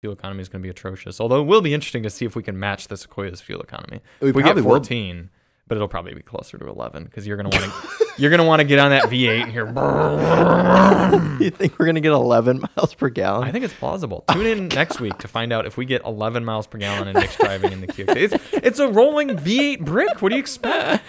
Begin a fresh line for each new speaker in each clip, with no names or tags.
fuel economy is going to be atrocious. Although it will be interesting to see if we can match the Sequoia's fuel economy.
We
We, get
probably will.
14, but it'll probably be closer to 11 because you're going to want to you're going to want to get on that V8 and hear.
you think we're gonna get 11 miles per gallon?
I think it's plausible. Tune
Oh,
in next week to find out if we get 11 miles per gallon in mixed driving in the QX. It's, it's a rolling V8 brick. What do you expect?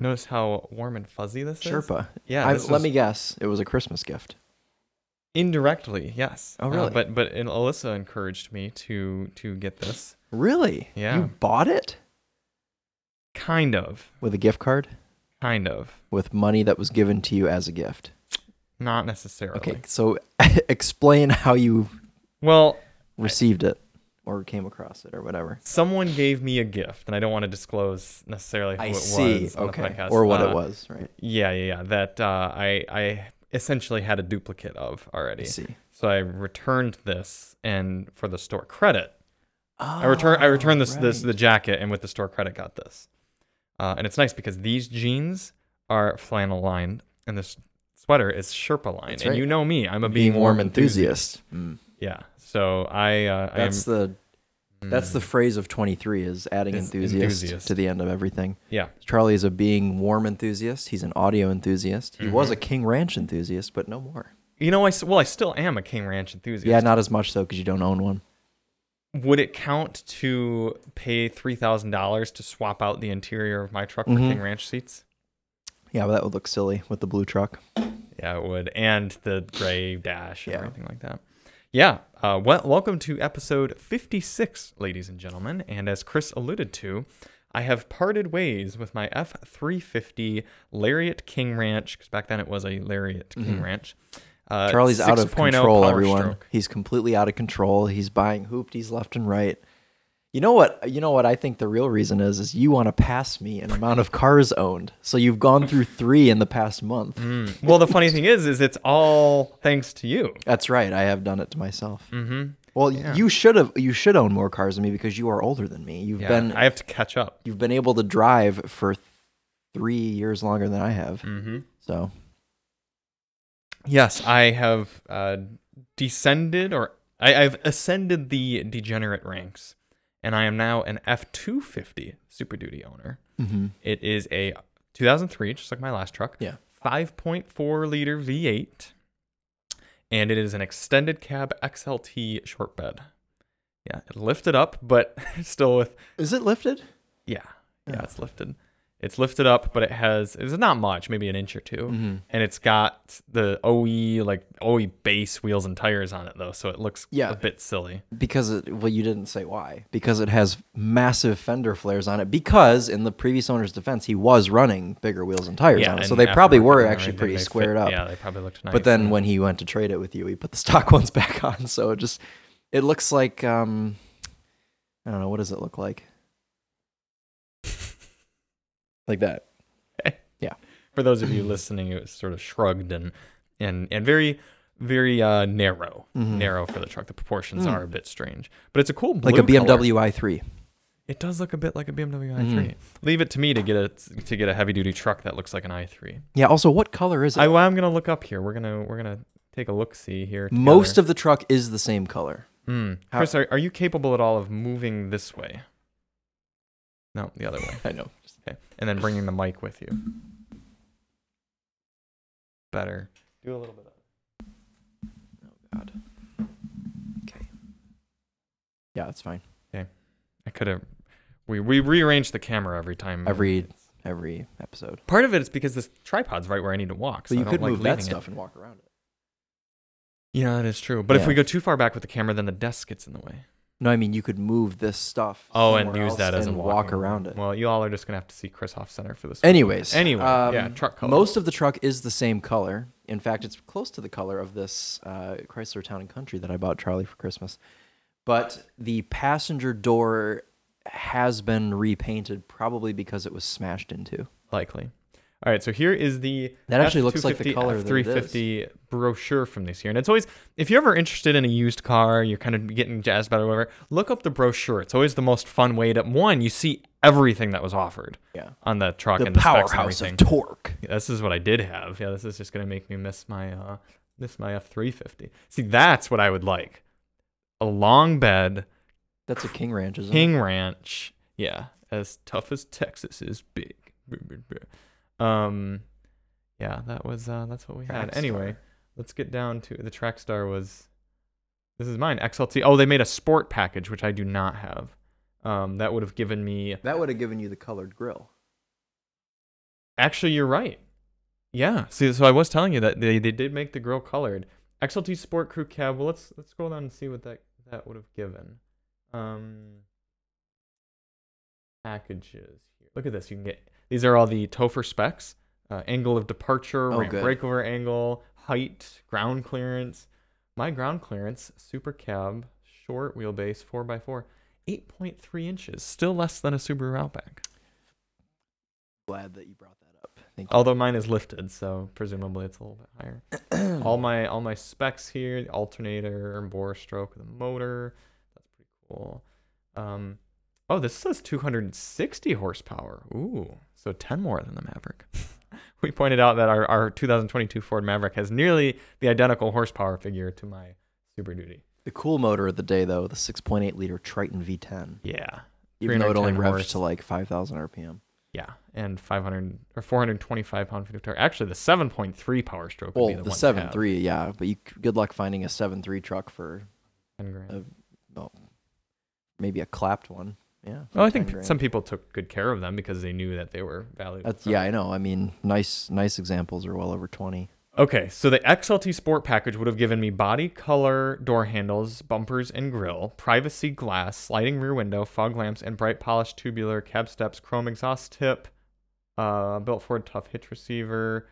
Notice how warm and fuzzy this is.
Sherpa.
Yeah,
I,
this
let
is-
me guess. It was a Christmas gift.
Indirectly, yes. Uh,
Oh, really?
but but and Alyssa encouraged me to to get this.
Really?
Yeah.
You bought it
Kind of.
with a gift card
Kind of.
with money that was given to you as a gift.
Not necessarily.
Okay, so explain how you
Well,
received it or came across it or whatever.
someone gave me a gift, and I don't want to disclose necessarily who
I
it
see.
was. on the
Okay,
podcast.
or what
Uh,
it was, right?
Yeah, yeah, yeah. That uh, I I essentially had a duplicate of
I
already.
see.
So I returned this, and for the store credit,
Oh,
I return I returned this this the jacket, and with the store credit got this. Uh, and it's nice because these jeans are flannel lined, and this sweater is Sherpa lined.
That's
And
right.
you know me, I'm a
being warm enthusiast. Mm.
Yeah. So I uh, I am Mm.
That's the that's the phrase of 23 is adding
Is
enthusiast,
enthusiast.
to the end of everything.
yeah.
Charlie is a being warm enthusiast. He's an audio enthusiast. He
Mm-hmm.
was a King Ranch enthusiast, but no more.
You know, I s- well, I still am a King Ranch enthusiast.
Yeah, not as much though, because you don't own one.
Would it count to pay three thousand dollars to swap out the interior of my truck for
Mhm.
King Ranch seats?
Yeah, but that would look silly with the blue truck.
Yeah, it would, and the gray dash and
Yeah.
everything like that. Yeah. Uh, well, welcome to episode fifty-six, ladies and gentlemen. And as Chris alluded to, I have parted ways with my F three fifty Lariat King Ranch because back then it was a Lariat King Ranch. Uh,
Mm-hmm. Charlie's out of
6.0
control,
Power
everyone.
Stroke.
He's completely out of control. He's buying hoopties left and right. You know what? You know what I think the real reason is is you want to pass me an amount of cars owned. So you've gone through 3 in the past month.
Mm. Well, the funny thing is, is it's all thanks to you.
That's right. I have done it to myself.
Mm-hmm.
Well, you should have you should own more cars than me because you are older than me. You've
Yeah,
been
I have to catch up.
you've been able to drive for 3 years longer than I have.
Mm-hmm.
So,
Yes, I have uh, descended, or I, I've ascended the degenerate ranks, and I am now an F two fifty Super Duty owner.
mhm.
It is a 2003, just like my last truck.
Yeah.
5.4 liter V8, and it is an extended cab XLT short bed. Yeah, it lifted up, but still with
Is it lifted?
Yeah. Yeah,
Yeah.
it's lifted. It's lifted up, but it has it's not much, maybe an inch or 2
Mm-hmm.
And it's got the OE like OE base wheels and tires on it though, so it looks
Yeah.
a bit silly.
Because it, well, you didn't say why. Because it has massive fender flares on it. Because in the previous owner's defense, he was running bigger wheels and tires on it, so
and
they probably
aftermarket
were
and
actually
everything,
pretty
they fit-
squared up.
Yeah, they probably looked nice.
But then when he went to trade it with you, he put the stock ones back on. So it just it looks like um, I don't know what does it look like? Like that.
for those of you listening, it was sort of shrugged and and and very very uh narrow. Narrow for the truck. The proportions are a bit strange. But it's a cool blue
Mm-hmm. Hmm. Like a
color.
BMW i3.
It does look a bit like a BMW i3.
Mm-hmm.
Leave it to me to get a to get a heavy duty truck that looks like an i3.
Yeah. Also, what color is it?
I, well, I'm gonna look up here. We're gonna we're gonna take a look see here.
Most of the truck is the same color.
mm.
how-
Chris, are, are you capable at all of moving this way? No, the other way.
I know.
Okay, and then bringing the mic with you. Better. Do a little bit. Of...
God. Okay. Yeah, that's fine.
I could have. We we rearranged the camera every time.
Every every episode.
part of it is because this tripod's right where I need to walk. So
So you
I don't
could
like
move that
leaving it.
stuff and walk around it.
Yeah, that is true. But if
Yeah.
we go too far back with the camera, then the desk gets in the way.
No, I mean you could move this stuff.
Oh, and
somewhere
use
else
that as a
and walk
walking-
around it.
Well, you all are just gonna have to see Chris off center for this. one.
Anyways,
Anyway,
um,
yeah, truck color.
Most of the truck is the same color. In fact, it's close to the color of this uh, Chrysler Town and Country that I bought Charlie for Christmas. But the passenger door has been repainted, probably because it was smashed into.
likely. All right, so here is the
That actually looks like the
F250,
color that it is.
F350 brochure from this year, and it's always if you're ever interested in a used car, you're kind of getting jazzed about it or whatever. Look up the brochure. It's always the most fun way to one. You see everything that was offered
Yeah.
on the truck
The
and the specs and
powerhouse
everything.
of torque.
Yeah, this is what I did have. Yeah, this is just gonna make me miss my uh miss my F three fifty. See, that's what I would like. A long bed,
That's a King Ranch, isn't it?
King Ranch. Yeah, as tough as Texas is big. Um, yeah, that was uh that's what we had.
Trackstar.
Anyway, let's get down to the Trackstar was. This is mine XLT. Oh, they made a sport package which I do not have. Um, that would have given me.
That would have given you the colored grill.
Actually, you're right. Yeah. See, so I was telling you that they, they did make the grill colored. XLT Sport Crew Cab. Well, let's let's scroll down and see what that that would have given. Um, packages here. Look at this. You can get these are all the Topher specs. Uh, angle of departure,
Oh,
ramp
good.
breakover angle, height, ground clearance. My ground clearance, super cab, short wheelbase, 4x4, 8.3 inches, still less than a Subaru Outback.
Glad that you brought that up. Thank you.
Although mine is lifted, so presumably it's a little bit higher. all my all my specs here: the alternator, bore stroke, the motor. That's pretty cool. Um, oh, this says 260 horsepower. Ooh, so 10 more than the Maverick. we pointed out that our, our 2022 Ford Maverick has nearly the identical horsepower figure to my Super Duty.
The cool motor of the day, though, the 6.8 liter Triton V10,
Yeah,
even though it only
310
revs
horse.
to like 5,000 RPM.
yeah, and 500 or 425 pound feet of torque. Actually, the 7.3 power stroke. would
Well,
be the,
the
one to
seven
have.
three, yeah, but you c- good luck finding a seven three truck for
10 grand.
maybe a clapped one. Yeah.
Well, Oh, I
for
think
10 grand.
some people took good care of them because they knew that they were valuable.
That's, yeah, I know. I mean, nice nice examples are well over 20.
Okay, so the XLT Sport package would have given me body color door handles, bumpers and grille, privacy glass, sliding rear window, fog lamps, and bright polished tubular cab steps, chrome exhaust tip, uh, built Ford tough hitch receiver.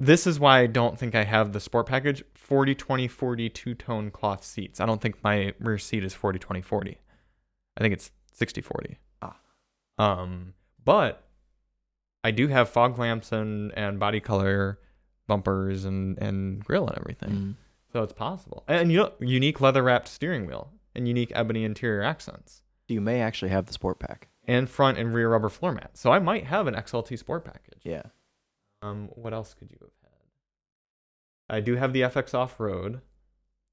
This is why I don't think I have the sport package 40 20 40 two tone cloth seats. I don't think my rear seat is 40 20 40. I think it's 60 40.
Ah.
Um, but I do have fog lamps and, and body color bumpers and, and grill and everything.
Mm.
So it's possible. And you know, unique leather wrapped steering wheel and unique ebony interior accents
You may actually have the sport pack.
and front and rear rubber floor mats. So I might have an XLT sport package.
Yeah.
Um, what else could you have had? I do have the FX off road,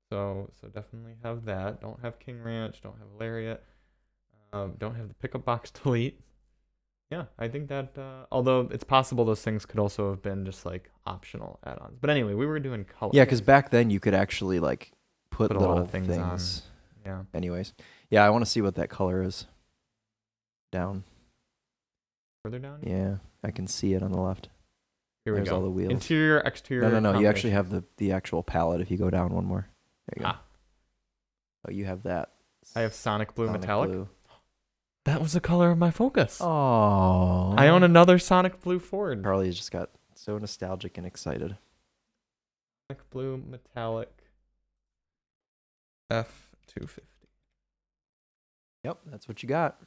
so so definitely have that. Don't have King Ranch. Don't have Lariat. Um, don't have the pickup box delete. Yeah, I think that. Uh, although it's possible those things could also have been just like optional add-ons. But anyway, we were doing color.
Yeah, because back then you could actually like put,
Put a lot
little
of things
things.
on. yeah,
Anyways, yeah, I want to see what that color is. Down.
further down.
Yeah, I can see it on the left.
Here we
There's
go.
all the wheels.
Interior, exterior.
no, no, no. You actually
combination.
have the the actual palette if you go down one more. There you go.
Ah.
Oh, you have that.
I have Sonic Blue
Sonic
metallic.
blue.
That was the color of my Focus.
Oh.
I own another Sonic Blue Ford.
Charlie just got so nostalgic and excited.
Sonic Blue Metallic F250.
Yep, that's what you got.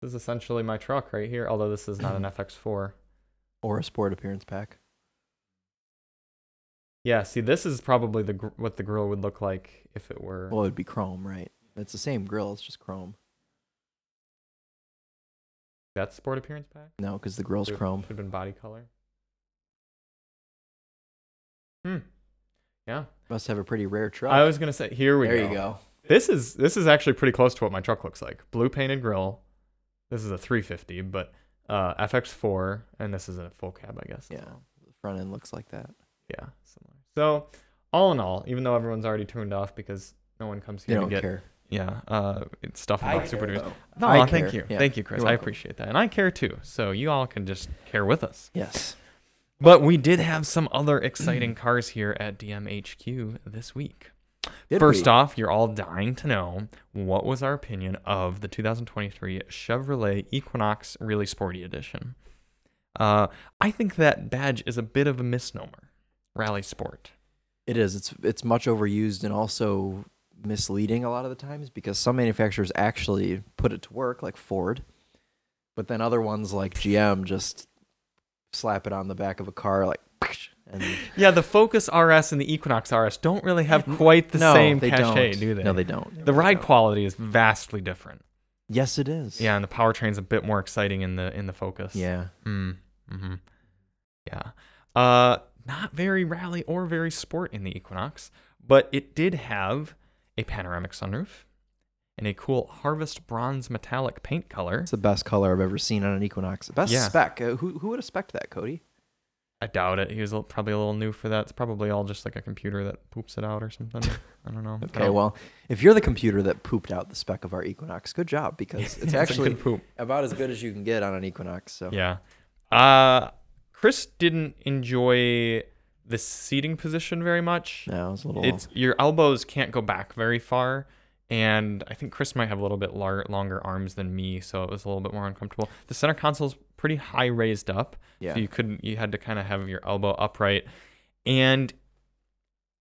This is essentially my truck right here, although this is not an FX4.
Or a sport appearance pack.
Yeah, see, this is probably the gr- what the grill would look like if it were.
Well, it'd be chrome, right? It's the same grill. It's just chrome.
that sport appearance pack?
No, because the grill's
Should-
chrome.
Should have been body color. Hmm. Yeah.
Must have a pretty rare truck.
I was going to say, here we
there
go.
you go.
This is this is actually pretty close to what my truck looks like. Blue painted grill. This is a 350, but uh, FX4, and this is a full cab, I guess. as
Yeah.
well.
The front end looks like that.
yeah, similar. So, all in all, even though everyone's already tuned off because no one comes
They
here to
don't
get
care.
yeah, uh, it's stuff
I
about
care,
Super Duty.
though.
No,
I
thank
care.
you,
Yeah.
thank you, Chris.
You're
I
welcome.
appreciate that, and I care too. So you all can just care with us.
Yes.
But we did have some other exciting cars here at DMHQ this week.
Did
First
we?
off, you're all dying to know what was our opinion of the 2023 Chevrolet Equinox Really Sporty Edition. Uh, I think that badge is a bit of a misnomer. Rally Sport.
It is. It's it's much overused and also misleading a lot of the times because some manufacturers actually put it to work, like Ford, but then other ones like GM just slap it on the back of a car, like, and
Yeah, the Focus RS and the Equinox RS don't really have quite the
no,
same
they
cachet,
don't.
do they?
No, they don't. They
The
really
ride
don't.
quality is vastly different.
Yes, it is.
Yeah, and the powertrain's a bit more exciting in the in the Focus.
Yeah.
Mm, hmm Yeah. Uh, not very rally or very sport in the Equinox, but it did have a panoramic sunroof and a cool harvest bronze metallic paint color.
It's the best color I've ever seen on an Equinox. Best
Yeah.
spec. Uh, who who would have spec that, Cody?
I doubt it. He was a- probably a little new for that. It's probably all just like a computer that poops it out or something. I don't know.
Okay, well, if you're the computer that pooped out the spec of our Equinox, good job because it's actually
poop.
about as good as you can get on an Equinox. So
Yeah. Uh, Chris didn't enjoy the seating position very much.
no, it's a little.
It's your elbows can't go back very far, and I think Chris might have a little bit lar- longer arms than me, so it was a little bit more uncomfortable. The center console's pretty high raised up,
yeah.
so you couldn't. You had to kind of have your elbow upright, and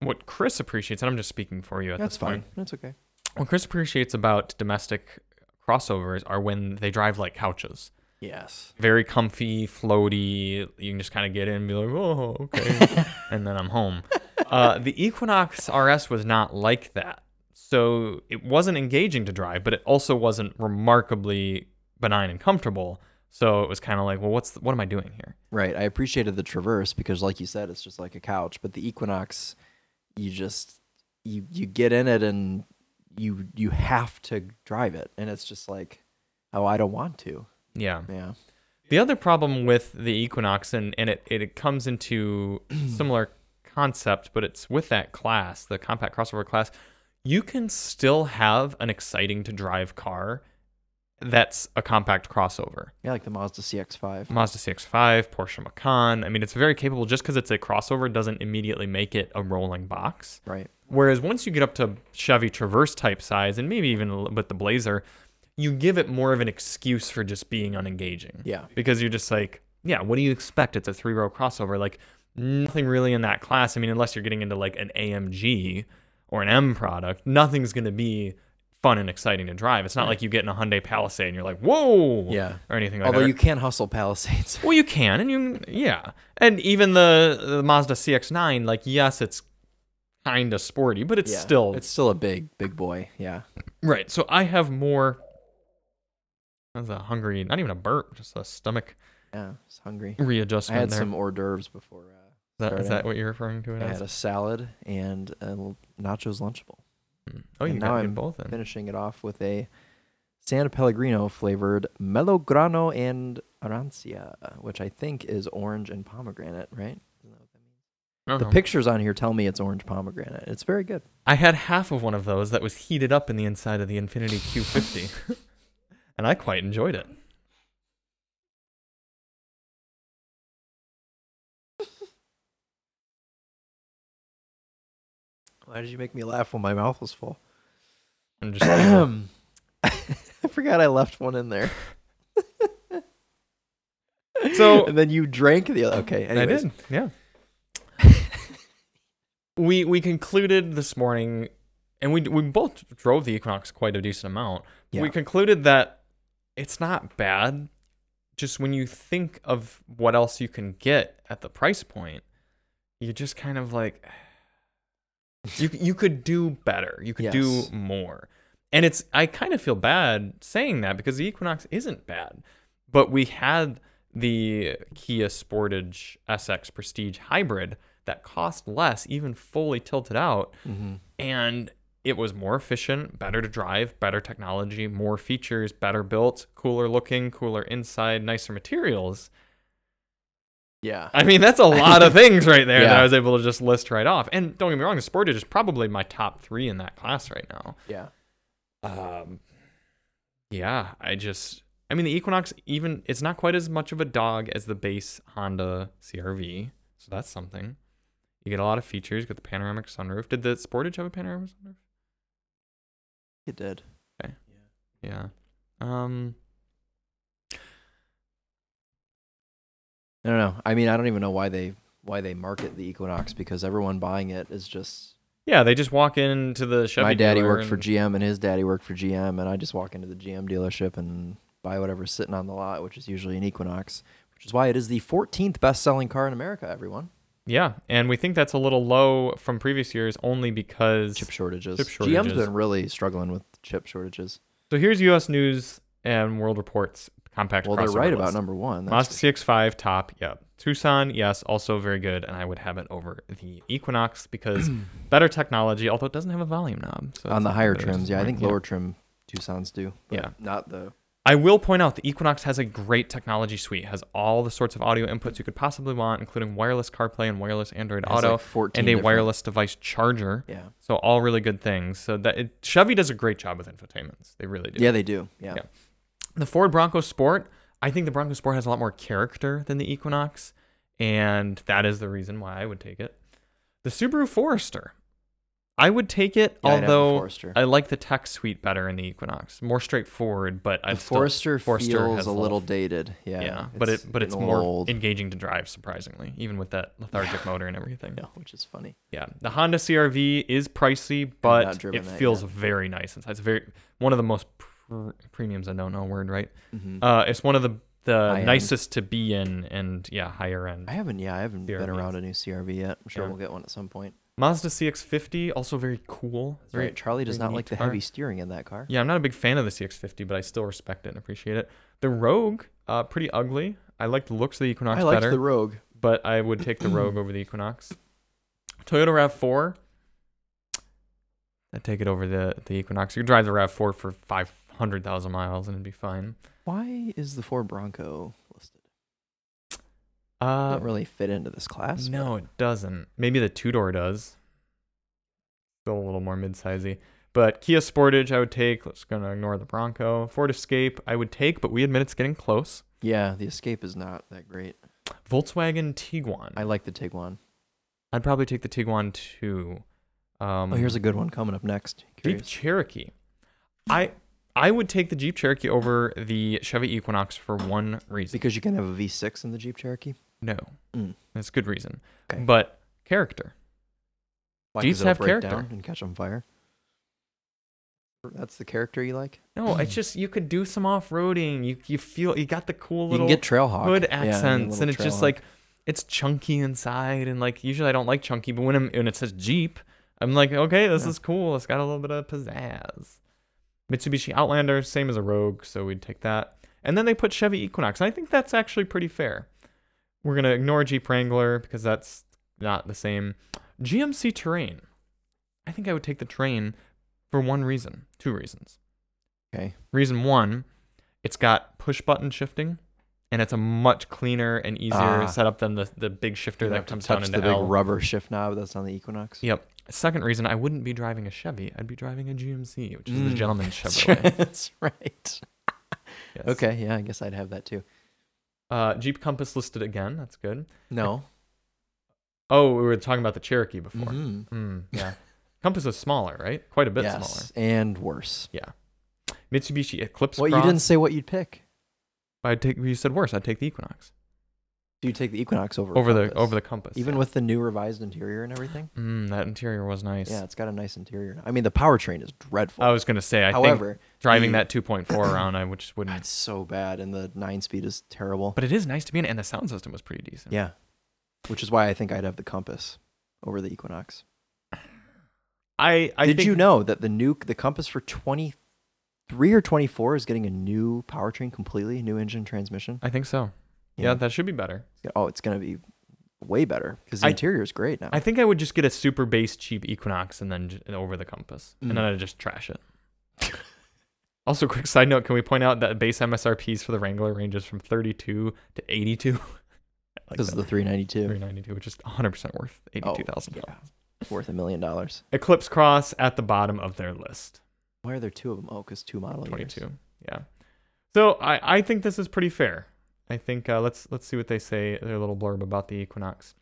what Chris appreciates, and I'm just speaking for you at
That's
this point.
fine. That's okay.
What Chris appreciates about domestic crossovers are when they drive like couches
Yes.
very comfy, floaty. You can just kind of get in and be like, oh, okay. and then I'm home. Uh, the Equinox RS was not like that. So it wasn't engaging to drive, but it also wasn't remarkably benign and comfortable. So it was kind of like, well, what's what am I doing here?
Right. I appreciated the Traverse because, like you said, it's just like a couch. But the Equinox, you just you you get in it and you you have to drive it, and it's just like, oh, I don't want to.
Yeah.
Yeah.
The other problem with the Equinox, and, and it, it comes into similar concept, but it's with that class, the compact crossover class, you can still have an exciting to drive car that's a compact crossover.
Yeah, like the Mazda CX-5.
Mazda CX-5, Porsche Macan. I mean, it's very capable. Just because it's a crossover doesn't immediately make it a rolling box.
Right.
Whereas once you get up to Chevy Traverse type size, and maybe even a little bit the Blazer, you give it more of an excuse for just being unengaging
Yeah.
because you're just like, yeah, what do you expect? It's a three row crossover. Like nothing really in that class. I mean, unless you're getting into like an AMG or an M product, nothing's gonna be fun and exciting to drive. It's not like you get in a Hyundai Palisade and you're like, whoa,
Yeah.
or anything like
Although
that.
you can hustle Palisades.
well, you can, and you yeah, and even the, the Mazda CX-9, like yes, it's kind of sporty, but it's
Yeah.
still
it's still a big big boy. Yeah.
Right. So I have more. That's a hungry, not even a burp, just a stomach
Yeah. It's hungry. I
readjustment.
had
there.
some hors d'oeuvres before. Uh,
Is that, is
started.
that what you're referring to it
I
as?
had a salad and a l- nachos lunchable.
Mm. Oh, you
and now
got to do
I'm
both then.
Finishing it off with a San Pellegrino flavored Melograno and Arancia, which I think is orange and pomegranate, right?
I don't
The
know.
pictures on here tell me it's orange pomegranate. It's very good.
I had half of one of those that was heated up in the inside of the Infinity Q50, and I quite enjoyed it.
Why did you make me laugh when my mouth was full?
I'm just like,
I forgot I left one in there.
So-
and then you drank the other. Okay,
I
anyways.
did. Yeah. we we concluded this morning, and we we both drove the Equinox quite a decent amount.
Yeah.
We concluded that it's not bad. Just when you think of what else you can get at the price point, you just kind of like you you could do better. You could do
Yes.
more. And it's I kind of feel bad saying that because the Equinox isn't bad. But we had the Kia Sportage SX Prestige Hybrid that cost less, even fully tilted out,
Mhm.
and it was more efficient, better to drive, better technology, more features, better built, cooler looking, cooler inside, nicer materials.
Yeah.
I mean, that's a lot of things right there that
Yeah.
I was able to just list right off. And don't get me wrong, the Sportage is probably my top three in that class right now.
Yeah.
Um, yeah, I just, I mean, the Equinox even it's not quite as much of a dog as the base Honda CRV, so that's something. You get a lot of features. You get the panoramic sunroof. Did the Sportage have a panoramic sunroof?
It did.
Yeah. Um.
I don't know. I mean, I don't even know why they why they market the Equinox because everyone buying it is just
Yeah, they just walk into the Chevy.
my daddy
dealer
worked for
and-
GM and his daddy worked for GM and I just walk into the GM dealership and buy whatever's sitting on the lot, which is usually an Equinox, which is why it is the 14th best-selling car in America. Everyone,
Yeah, and we think that's a little low from previous years only because
chip shortages.
Chip
GM's
shortages.
been really struggling with chip shortages.
So here's U.S. News and World Report's compact.
Well, they're
crossover
right about
list.
number one. That's
Mazda CX-5 top, yep. Tucson, yes, also very good, and I would have it over the Equinox because better technology, although it doesn't have a volume knob. So that's
on the
a-
higher
there's
trims.
a
Yeah, I
point,
think lower trim Tucson's do. but
Yeah.
not the.
I will point out the Equinox has a great technology suite. Has all the sorts of audio inputs you could possibly want, including wireless CarPlay and wireless Android
It has,
Auto,
like, 14
and a
different-
wireless device charger.
Yeah,
So all really good things. So that it, Chevy does a great job with infotainments. They really do.
yeah, they do. Yeah,
Yeah. the Ford Bronco Sport, I think the Bronco Sport has a lot more character than the Equinox, and that is the reason why I would take it. The Subaru Forester, I would take it,
Yeah, I'd have the
although
Forester.
I like the tech suite better in the Equinox, more straightforward. But I
the Forester,
Forester
feels
has
a
a
little dated. Yeah,
yeah, but it but it's
getting a
more
little old.
engaging to drive, surprisingly, even with that lethargic motor and everything.
Yeah, which is funny.
Yeah, the Honda CRV is pricey,
not
but
driven
it
that
feels
yet.
very nice. It's, it's very one of the most pr- premiums. I don't know a word right.
Mhm.
Uh, it's one of the the
end.
nicest to be in, and yeah, higher end.
I haven't. Yeah, I haven't been
CRVs.
around a new CRV yet. I'm sure
Yeah.
we'll get one at some point.
Mazda CX-50 also very cool. Very
right. Charlie does
very
not like
neat
the
car.
heavy steering in that car.
Yeah, I'm not a big fan of the CX-50, but I still respect it and appreciate it. The Rogue, uh, pretty ugly. I like the looks of the Equinox
I like
better,
the Rogue.
but I would take the Rogue over the Equinox. Toyota Rav4. I'd take it over the the Equinox. You could drive the Rav4 for 500,000 miles and it'd be fine.
Why is the Ford Bronco listed?
Uh,
Doesn't really fit into this class. but-
No, it doesn't. Maybe the two door does. Still a little more mid-sizey. But Kia Sportage, I would take. Let's gonna ignore the Bronco. Ford Escape, I would take, but we admit it's getting close.
Yeah, the Escape is not that great.
Volkswagen Tiguan.
I like the Tiguan.
I'd probably take the Tiguan too. Um,
Oh, here's a good one coming up next.
Jeep
Curious.
Cherokee. I I would take the Jeep Cherokee over the Chevy Equinox for one reason.
Because you can have a V6 in the Jeep Cherokee.
No,
Mm.
that's a good reason.
Okay.
But character.
Why? 'Cause
Jeeps
it'll
have
break
character.
down and catch on fire. That's the character you like.
No, it's just you could do some off-roading. You you feel you got the cool
you
little
can get Trailhawk
hood
Yeah, you get a
accents,
little
and it's just
Trailhawk.
like it's chunky inside, and like usually I don't like chunky, but when I'm, when it says Jeep, I'm like, okay, this
Yeah.
is cool. It's got a little bit of pizzazz. Mitsubishi Outlander, same as a Rogue, so we'd take that. And then they put Chevy Equinox, and I think that's actually pretty fair. We're gonna ignore Jeep Wrangler because that's not the same. GMC Terrain, I think I would take the Terrain for one reason, two reasons.
Okay.
Reason one, it's got push button shifting, and it's a much cleaner and easier
Ah.
setup than the, the big shifter
You don't have
that
to
comes down
touch
into
the
L.
big rubber shift knob that's on the Equinox.
yep. Second reason, I wouldn't be driving a Chevy. I'd be driving a GMC, which is the
Mm.
gentleman's
That's
Chevrolet.
right. That's right.
Yes.
Okay, yeah, I guess I'd have that too.
Uh, Jeep Compass listed again. That's good.
No.
Oh, we were talking about the Cherokee before.
Mhm.
Mm, yeah. Compass is smaller, right? Quite a bit smaller.
yes, and worse.
Mitsubishi Eclipse.
Well, you
Cross.
didn't say what you'd pick.
I'd take. You said worse. I'd take the Equinox
Do you take the Equinox over
over the
Compass?
over the Compass.
even
yeah.
with the new revised interior and everything?
Mm, that interior was nice.
Yeah, it's got a nice interior. I mean, the powertrain is dreadful.
I was gonna say. I think
However,
driving
the-
that 2.4 around, I would just wouldn't.
it's so bad, and the nine speed is terrible.
But it is nice to be in, it, and the sound system was pretty decent.
yeah, which is why I think I'd have the Compass over the Equinox.
I, I
Did
think,
you know that the new the Compass for twenty three or twenty four is getting a new powertrain completely, new engine, transmission?
I think so. Yeah.
Yeah.
that should be better.
Oh, it's gonna be way better because the
I-
interior is great now.
I think I would just get a super base cheap Equinox and then j- and over the Compass, and then
Mm.
I'd just trash it. also, quick side note: Can we point out that base MSRP's for the Wrangler ranges from 32 to 82? I like
Because
that.
the three ninety two
392, which is 100% worth
Oh,
$82,000.
yeah. worth a million dollars.
Eclipse Cross at the bottom of their list.
Why are there two of them? Oh, because two model years.
22 yeah so i i think this is pretty fair i think uh, let's let's see what they say their little blurb about the equinox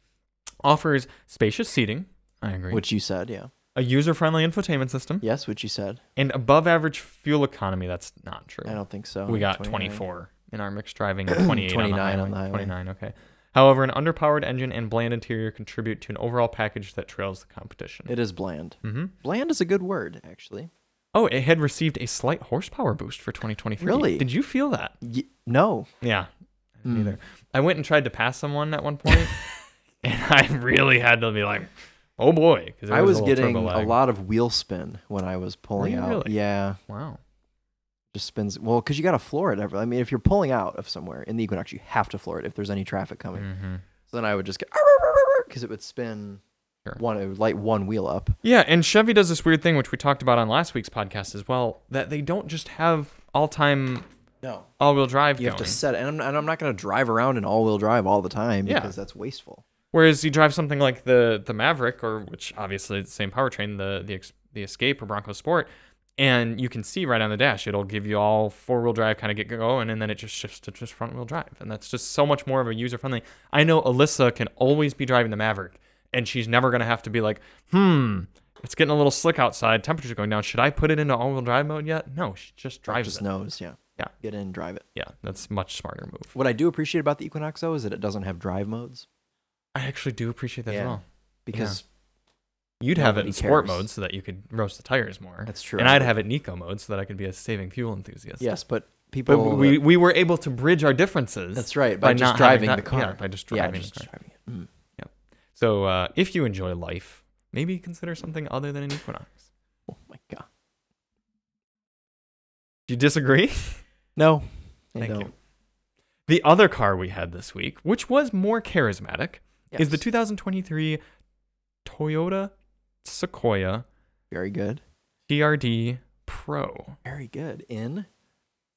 offers spacious seating i agree
Which you said, yeah.
a user-friendly infotainment system
Yes, which you said.
and above average fuel economy that's not true
I don't think so.
we got
29.
24 in our mixed driving and 28 on, the
29 on
highway.
the highway.
29 okay however an underpowered engine and bland interior contribute to an overall package that trails the competition
It is bland.
hmm
Bland is a good word, actually.
oh it had received a slight horsepower boost for 2023
Really?
did you feel that
Y- no, Hmm.
yeah it either. I went and tried to pass someone at one point, and I really had to be like, "Oh boy!" Because
I was
a little
getting
turbo
a
lag.
lot of wheel spin when I was pulling out.
Really?
Yeah,
Wow.
just spins. Well, because you got to floor it. every- I mean, if you're pulling out of somewhere in the Equinox, you have to floor it if there's any traffic coming.
hmm
So then I would just get because it would spin
Sure.
one, it would light one wheel up.
Yeah, and Chevy does this weird thing, which we talked about on last week's podcast as well, that they don't just have all-time
No,
all-wheel drive
you
going.
have to set, it. and I'm, and I'm not going to drive around in all-wheel drive all the time
Yeah.
because that's wasteful.
Whereas you drive something like the the Maverick, or which obviously it's the same powertrain, the the Ex- the Escape or Bronco Sport, and you can see right on the dash, it'll give you all four wheel drive kind of get going, and then it just shifts to just front wheel drive, and that's just so much more of a user friendly. I know Alyssa can always be driving the Maverick, and she's never gonna have to be like, hmm, it's getting a little slick outside, temperature's going down. Should I put it into all wheel drive mode yet? No, she just drives
Just
it.
knows, yeah,
Yeah.
get in, and drive it.
Yeah, that's a much smarter move.
What I do appreciate about the Equinox though is that it doesn't have drive modes
I actually do appreciate that as
Yeah.
well.
because
You'd have it
Nobody
in sport
cares.
mode so that you could roast the tires more.
That's true.
And I'd have it in eco mode so that I could be a saving fuel enthusiast.
yes, but people.
But we, we were able to bridge our differences.
that's right by, just
not having
driving
that-
the car.
Yeah, by just driving
just
the car.
driving it. Mm.
So uh, if you enjoy life, maybe consider something other than an Equinox.
Oh my god.
Do you disagree?
No, I
Thank
don't.
you. The other car we had this week, which was more charismatic, is the
Yes.
2023 Toyota Sequoia
very good,
TRD Pro.
very good in.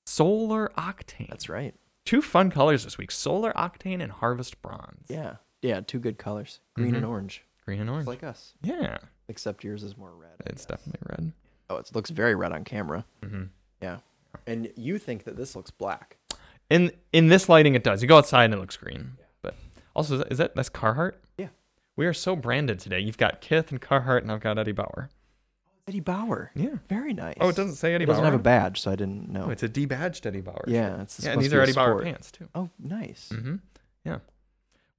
Solar Octane.
That's right.
two fun colors this week solar octane and harvest bronze
Yeah, yeah, two good colors, green and
Mhm.
orange,
green and
It's
orange
like us.
yeah
Except yours is more red. I
it's
guess.
definitely red
Oh, it looks very red on camera.
mm-hmm.
Yeah, and you think that this looks black?
in in this lighting it does you go outside and it looks green but also is that, is that that's carhartt
Yeah.
we are so branded today you've got kith and carhartt and i've got eddie bauer
Eddie Bauer.
yeah
Very nice.
oh it doesn't say eddie
It doesn't
bauer
have a badge, so I didn't know.
oh it's a debadged eddie bauer
yeah, it's
yeah and
supposed
these
to be
are
a
eddie bauer
sport.
pants too
Oh, nice.
mm-hmm yeah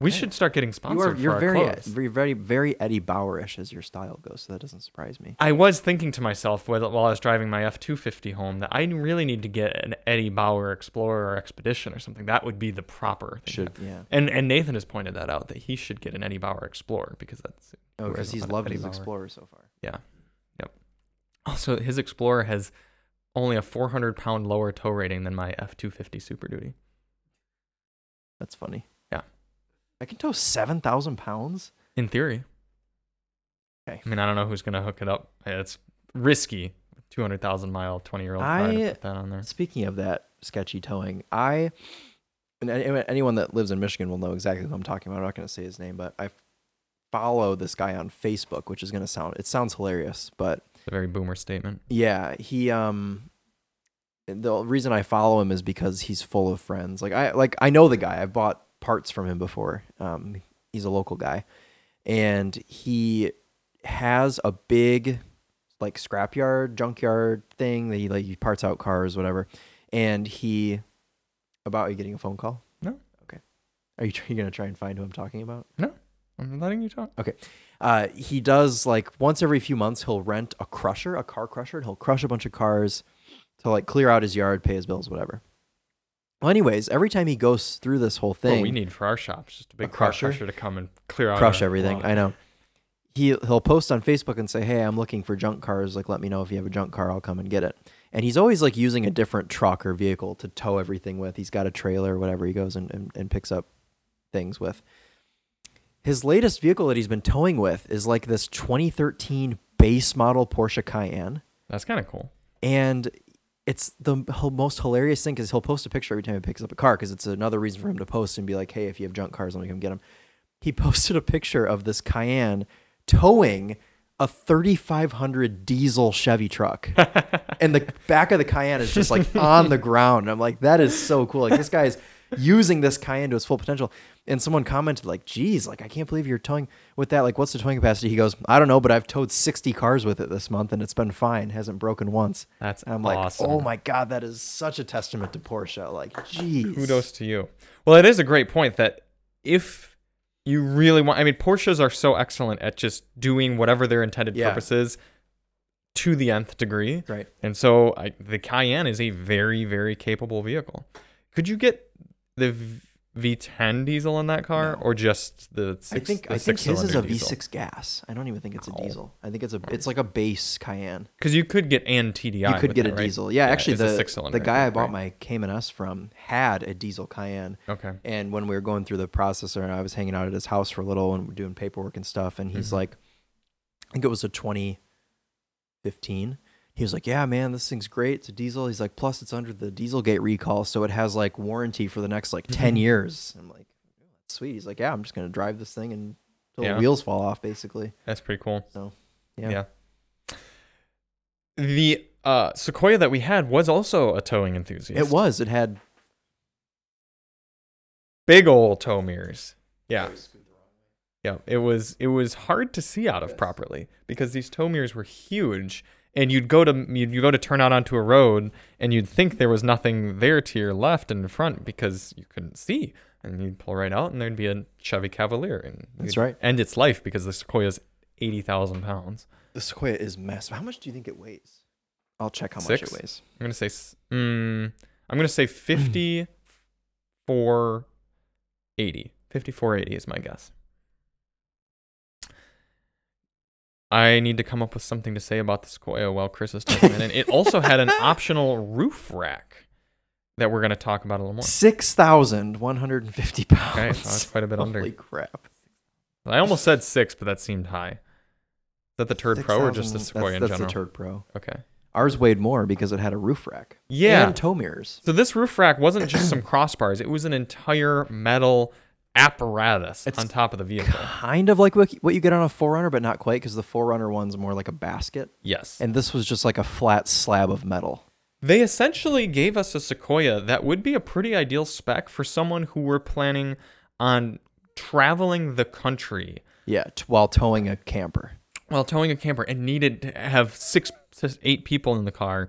we
Yeah.
should start getting
You are
sponsored
you're
for
very, uh,
our clothes.
very very very Eddie Bauerish as your style goes, so that doesn't surprise me.
I was thinking to myself while while I was driving my F two fifty home that I really need to get an Eddie Bauer Explorer or Expedition or something. That would be the proper thing.
Should yeah.
And and Nathan has pointed that out that he should get an Eddie Bauer Explorer because that's
Oh,
whereas
because he's
on
loved
Eddie
his
Bauer.
Explorer so far.
also his Explorer has only a four hundred pound lower tow rating than my F two fifty Super Duty.
That's funny.
Yeah. Mm-hmm.
I can tow seven thousand pounds.
In theory.
Okay.
I mean I don't know who's gonna hook it up. It's risky. Two hundred thousand mile twenty year old car
I-
to put that on there.
Speaking of that sketchy towing, I and any- anyone that lives in Michigan will know exactly who I'm talking about. I'm not going to say his name, but I follow this guy on Facebook, which is going to sound it sounds hilarious, but
It's a very boomer statement.
Yeah, he um the reason I follow him is because he's full of friends. Like I like I know the guy. I've bought parts from him before. Um he's a local guy. And he has a big like scrapyard, junkyard thing that he like he parts out cars, whatever. And he about are you getting a phone call?
No.
Okay. Are you, tr- you gonna try and find who I'm talking about?
I'm letting you talk.
uh, he does like once every few months he'll rent a crusher a car crusher and he'll crush a bunch of cars to like clear out his yard pay his bills whatever well anyways every time he goes through this whole
What
thing
we need for our shops just a big
A
car
crusher?
crusher? to come and clear out
crush
our
everything
lawn.
i know he, he'll post on facebook and say hey i'm looking for junk cars like let me know if you have a junk car i'll come and get it and he's always like using a different truck or vehicle to tow everything with he's got a trailer whatever he goes and, and, and picks up things with his latest vehicle that he's been towing with is like this 2013 base model Porsche Cayenne.
That's kind of cool.
And it's the h- most hilarious thing because he'll post a picture every time he picks up a car because it's another reason for him to post and be like, hey, if you have junk cars, let me come get them. He posted a picture of this Cayenne towing a 3500 diesel Chevy truck. and the back of the Cayenne is just like on the ground. And I'm like, that is so cool. Like, this guy is using this Cayenne to its full potential. And someone commented, like, geez, like, I can't believe you're towing with that. Like, what's the towing capacity? He goes, I don't know, but I've towed 60 cars with it this month and it's been fine, hasn't broken once.
That's
And I'm
awesome.
like, oh my God, that is such a testament to Porsche. Like, geez.
Kudos to you. Well, it is a great point that if you really want, I mean, Porsches are so excellent at just doing whatever their intended
Yeah.
purpose is to the nth degree.
Right.
And so I, the Cayenne is a very, very capable vehicle. Could you get the v- V10 diesel in that car,
No.
or just the six?
I think
the
I think his is a
six-cylinder
V
diesel? Oh.
six gas. I don't even think it's a
Ow.
diesel. I think it's a it's like a base Cayenne.
Because you could get an TDI.
you could
with
get
that,
a
right?
diesel. Yeah, actually
it's a
the
six-cylinder,
the guy I
think,
bought
right?
my Cayman S from had a diesel Cayenne.
Okay.
And when we were going through the processor, and I was hanging out at his house for a little, and we're doing paperwork and stuff, and he's
Mhm.
like, I think it was a 2015. He was like, Yeah, man, this thing's great. It's a diesel. He's like, Plus, it's under the Dieselgate recall, so it has like warranty for the next like
Mm-hmm.
10 years. I'm like, Sweet. He's like, Yeah, I'm just gonna drive this thing and until
Yeah.
the wheels fall off, basically.
That's pretty cool.
So, yeah.
The uh, Sequoia that we had was also a towing enthusiast.
It was. It had
big old tow mirrors. Yeah. Yeah, it was it was hard to see out of properly because these tow mirrors were huge, and you'd go to you'd, you go to turn out onto a road, and you'd think there was nothing there to your left and front because you couldn't see, and you'd pull right out, and there'd be a Chevy Cavalier, and
That's
you'd
right.
end its life because the Sequoia's eighty thousand pounds.
the Sequoia is massive. How much do you think it weighs? I'll check how much
Six?
it weighs.
I'm gonna say, s- mm, I'm gonna say fifty four eighty. Fifty four eighty is my guess. I need to come up with something to say about the Sequoia while Chris is talking. and it also had an optional roof rack that we're gonna talk about a little more.
Six thousand one hundred and fifty pounds.
Okay, so that's quite a bit under.
Holy crap!
I almost said six, but that seemed high. Is that the Turd Pro or just the
6,000
Sequoia
that's,
in
that's
general?
the Turd Pro.
okay.
Ours weighed more because it had a roof rack.
Yeah.
And tow mirrors.
So this roof rack wasn't just some crossbars; it was an entire metal apparatus
It's
on top of the vehicle.
Kind of like what what you get on a Forerunner, but not quite because the Forerunner one's more like a basket,
Yes,
and this was just like a flat slab of metal.
they essentially gave us a Sequoia that would be a pretty ideal spec for someone who were planning on traveling the country
Yeah, t- while towing a camper.
while towing a camper and needed to have six to eight people in the car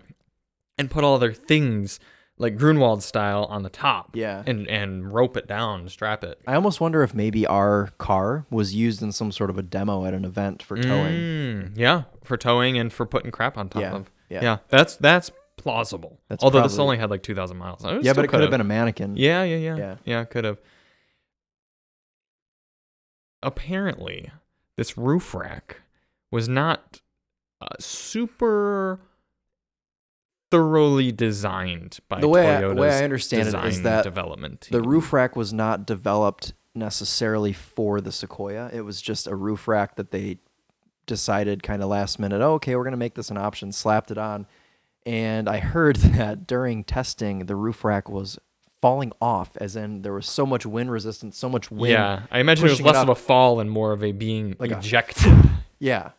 and put all their things like Grunwald style on the top.
Yeah.
and and rope it down, and strap it.
I almost wonder if maybe our car was used in some sort of a demo at an event for towing.
Mm, yeah, for towing and for putting crap on top
Yeah,
of. Yeah.
yeah.
that's that's plausible.
That's
Although this
probably-
only had like two thousand miles. on
Yeah, but it could have been a mannequin.
Yeah, yeah, yeah, yeah,
Yeah.
yeah. Could have. Apparently, this roof rack was not uh, super thoroughly designed by
The way I-
Toyota's
way I understand it is
design
that
development
The
team.
roof rack was not developed necessarily for the Sequoia. It was just a roof rack that they decided kind of last minute, oh, okay, we're going to make this an option, slapped it on. And I heard that during testing, the roof rack was falling off, as in there was so much wind resistance, so much wind.
yeah, I imagine it was
pushing it
less of a
up.
fall and more of a being
Like a-
ejected.
Yeah.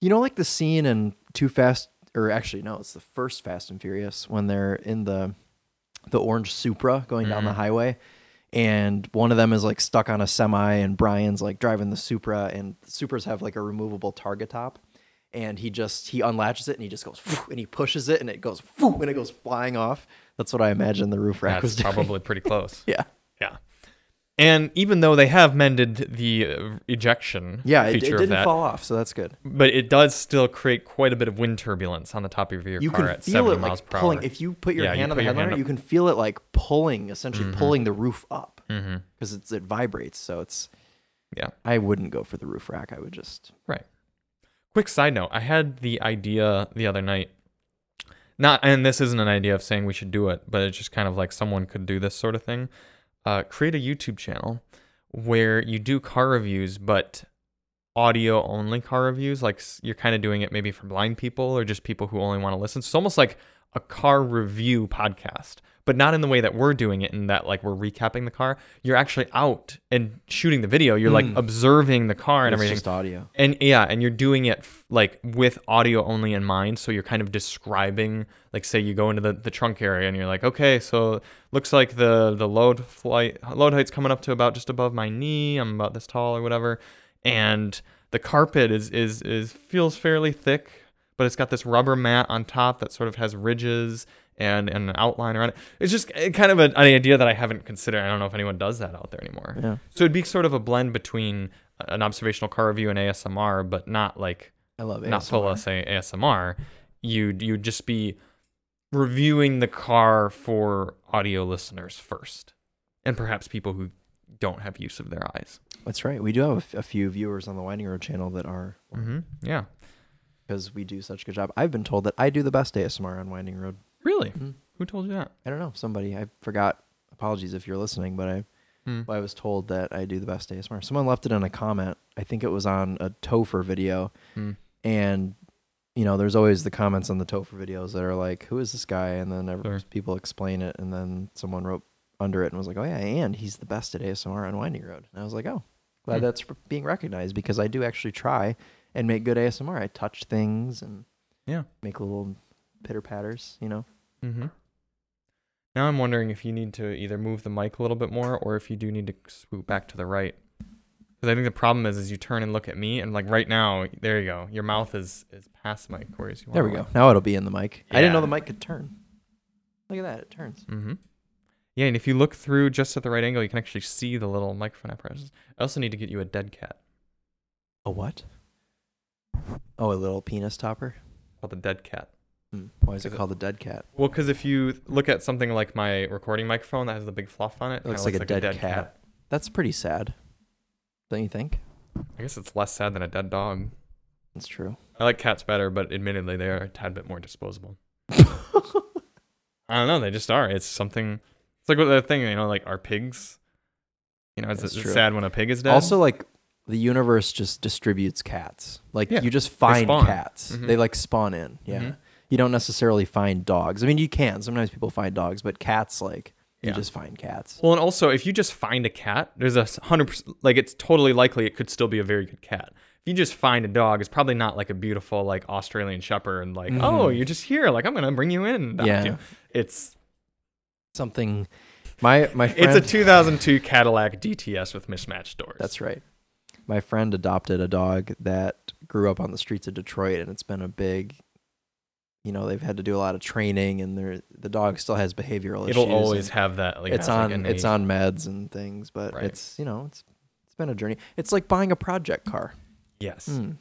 You know, like the scene in Too Fast, or actually, no, it's the first Fast and Furious when they're in the the orange Supra going down
Mm-hmm.
the highway, and one of them is like stuck on a semi, and Brian's like driving the Supra, and the Supras have like a removable target top, and he just he unlatches it and he just goes "Phew," and he pushes it and it goes "Phew," and it goes flying off. That's what I imagine the roof rack was
That's
doing.
probably pretty close.
yeah.
Yeah. And even though they have mended the uh, ejection
Yeah, it, it
feature of
didn't
that,
fall off, so that's good.
but it does still create quite a bit of wind turbulence on the top of your
you
car
can
at
feel
70
it
miles
like
per
pulling.
hour.
If you put your
Yeah, you
hand on
put
the
your hand
headliner,
up. Mm-hmm.
you can feel it like pulling, essentially pulling the roof up because it's it vibrates. So it's
Yeah.
I wouldn't go for the roof rack. I would just
Right. Quick side note I had the idea the other night. Not, and this isn't an idea of saying we should do it, but it's just kind of like someone could do this sort of thing. Uh, create a YouTube channel where you do car reviews, but audio only car reviews. Like s- you're kind of doing it maybe for blind people or just people who only want to listen. So it's almost like a car review podcast, but not in the way that we're doing it, in that like we're recapping the car. You're actually out and shooting the video. You're like observing the car and
Hmm. it's
everything.
just audio.
And yeah, and you're doing it f- like with audio only in mind. So you're kind of describing, like, say you go into the, the trunk area and you're like, okay, so looks like the the load flight load height's coming up to about just above my knee. I'm about this tall or whatever, and the carpet is is is feels fairly thick, but it's got this rubber mat on top that sort of has ridges and, and an outline around it. It's just uh, kind of a- an idea that I haven't considered. I don't know if anyone does that out there anymore.
Yeah.
So it'd be sort of a blend between uh, an observational car review and ASMR, but not like
I love it.
not full say ASMR. You'd you'd just be reviewing the car for audio listeners first. and perhaps people who don't have use of their eyes.
That's right. We do have a f- a, few viewers on the Winding Road channel that are
Mm-hmm. Yeah.
because we do such a good job. I've been told that I do the best ASMR on Winding Road.
Really?
Mhm.
Who told you that?
I don't know. Somebody I forgot. Apologies if you're listening, but I
Hmm.
I was told that I do the best ASMR. Someone left it in a comment. I think it was on a Topher video,
Hmm.
and you know, there's always the comments on the Topher videos that are like, "Who is this guy?" And then ev-
Sure.
people explain it, and then someone wrote under it and was like, "Oh yeah, and he's the best at ASMR on Winding Road." And I was like, "Oh, glad
Hmm.
that's r- being recognized because I do actually try and make good ASMR. I touch things and
Yeah.
make little pitter patters, you know."
Mm-hmm. Now I'm wondering if you need to either move the mic a little bit more or if you do need to swoop back to the right. Because I think the problem is, is you turn and look at me, and like right now, there you go. Your mouth is is past mic, whereas you
There we go. Now it'll be in the mic. I didn't know
Yeah.
the mic could turn. Look at that, it turns.
Mm-hmm. Yeah, and if you look through just at the right angle, you can actually see the little microphone apparatus. I also need to get you a dead cat
A what? Oh, a little penis topper.
called the dead cat.
Hmm. Why is it
Is it-
called a dead cat?
Well, because if you look at something like my recording microphone that has the big fluff on it,
It
kinda
looks like a dead, cat. That's pretty sad. Don't you think?
I guess it's less sad than a dead dog.
That's true.
I like cats better, but admittedly, they are a tad bit more disposable. I don't know. They just are. It's something. It's like what the thing you know, like are pigs. You know, it's,
That's
it's
true.
sad when a pig is dead.
also, like the universe just distributes cats. Like
Yeah,
you just find
spawn.
cats.
Mhm.
They like spawn in. Yeah.
Mhm.
You don't necessarily find dogs. I mean, you can. Sometimes people find dogs, but cats like you
Yeah.
just find cats.
Well, and also, if you just find a cat, there's a s- hundred percent like it's totally likely it could still be a very good cat. If you just find a dog, it's probably not like a beautiful like Australian Shepherd and like oh you're just here like I'm gonna bring you in. and adopt
Mm-hmm. Yeah.
you." it's
Something. My my friend,
it's a 2002 Cadillac DTS with mismatched doors.
That's right. My friend adopted a dog that grew up on the streets of Detroit, and it's been a big, you know, they've had to do a lot of training, and they're, the dog still has behavioral
It'll
issues.
always
and
have that. Like,
it's
has, like,
on
an
it's
age-
on meds and things, but
Right.
it's you know it's it's been a journey. It's like buying a project car.
Yes.
Hmm.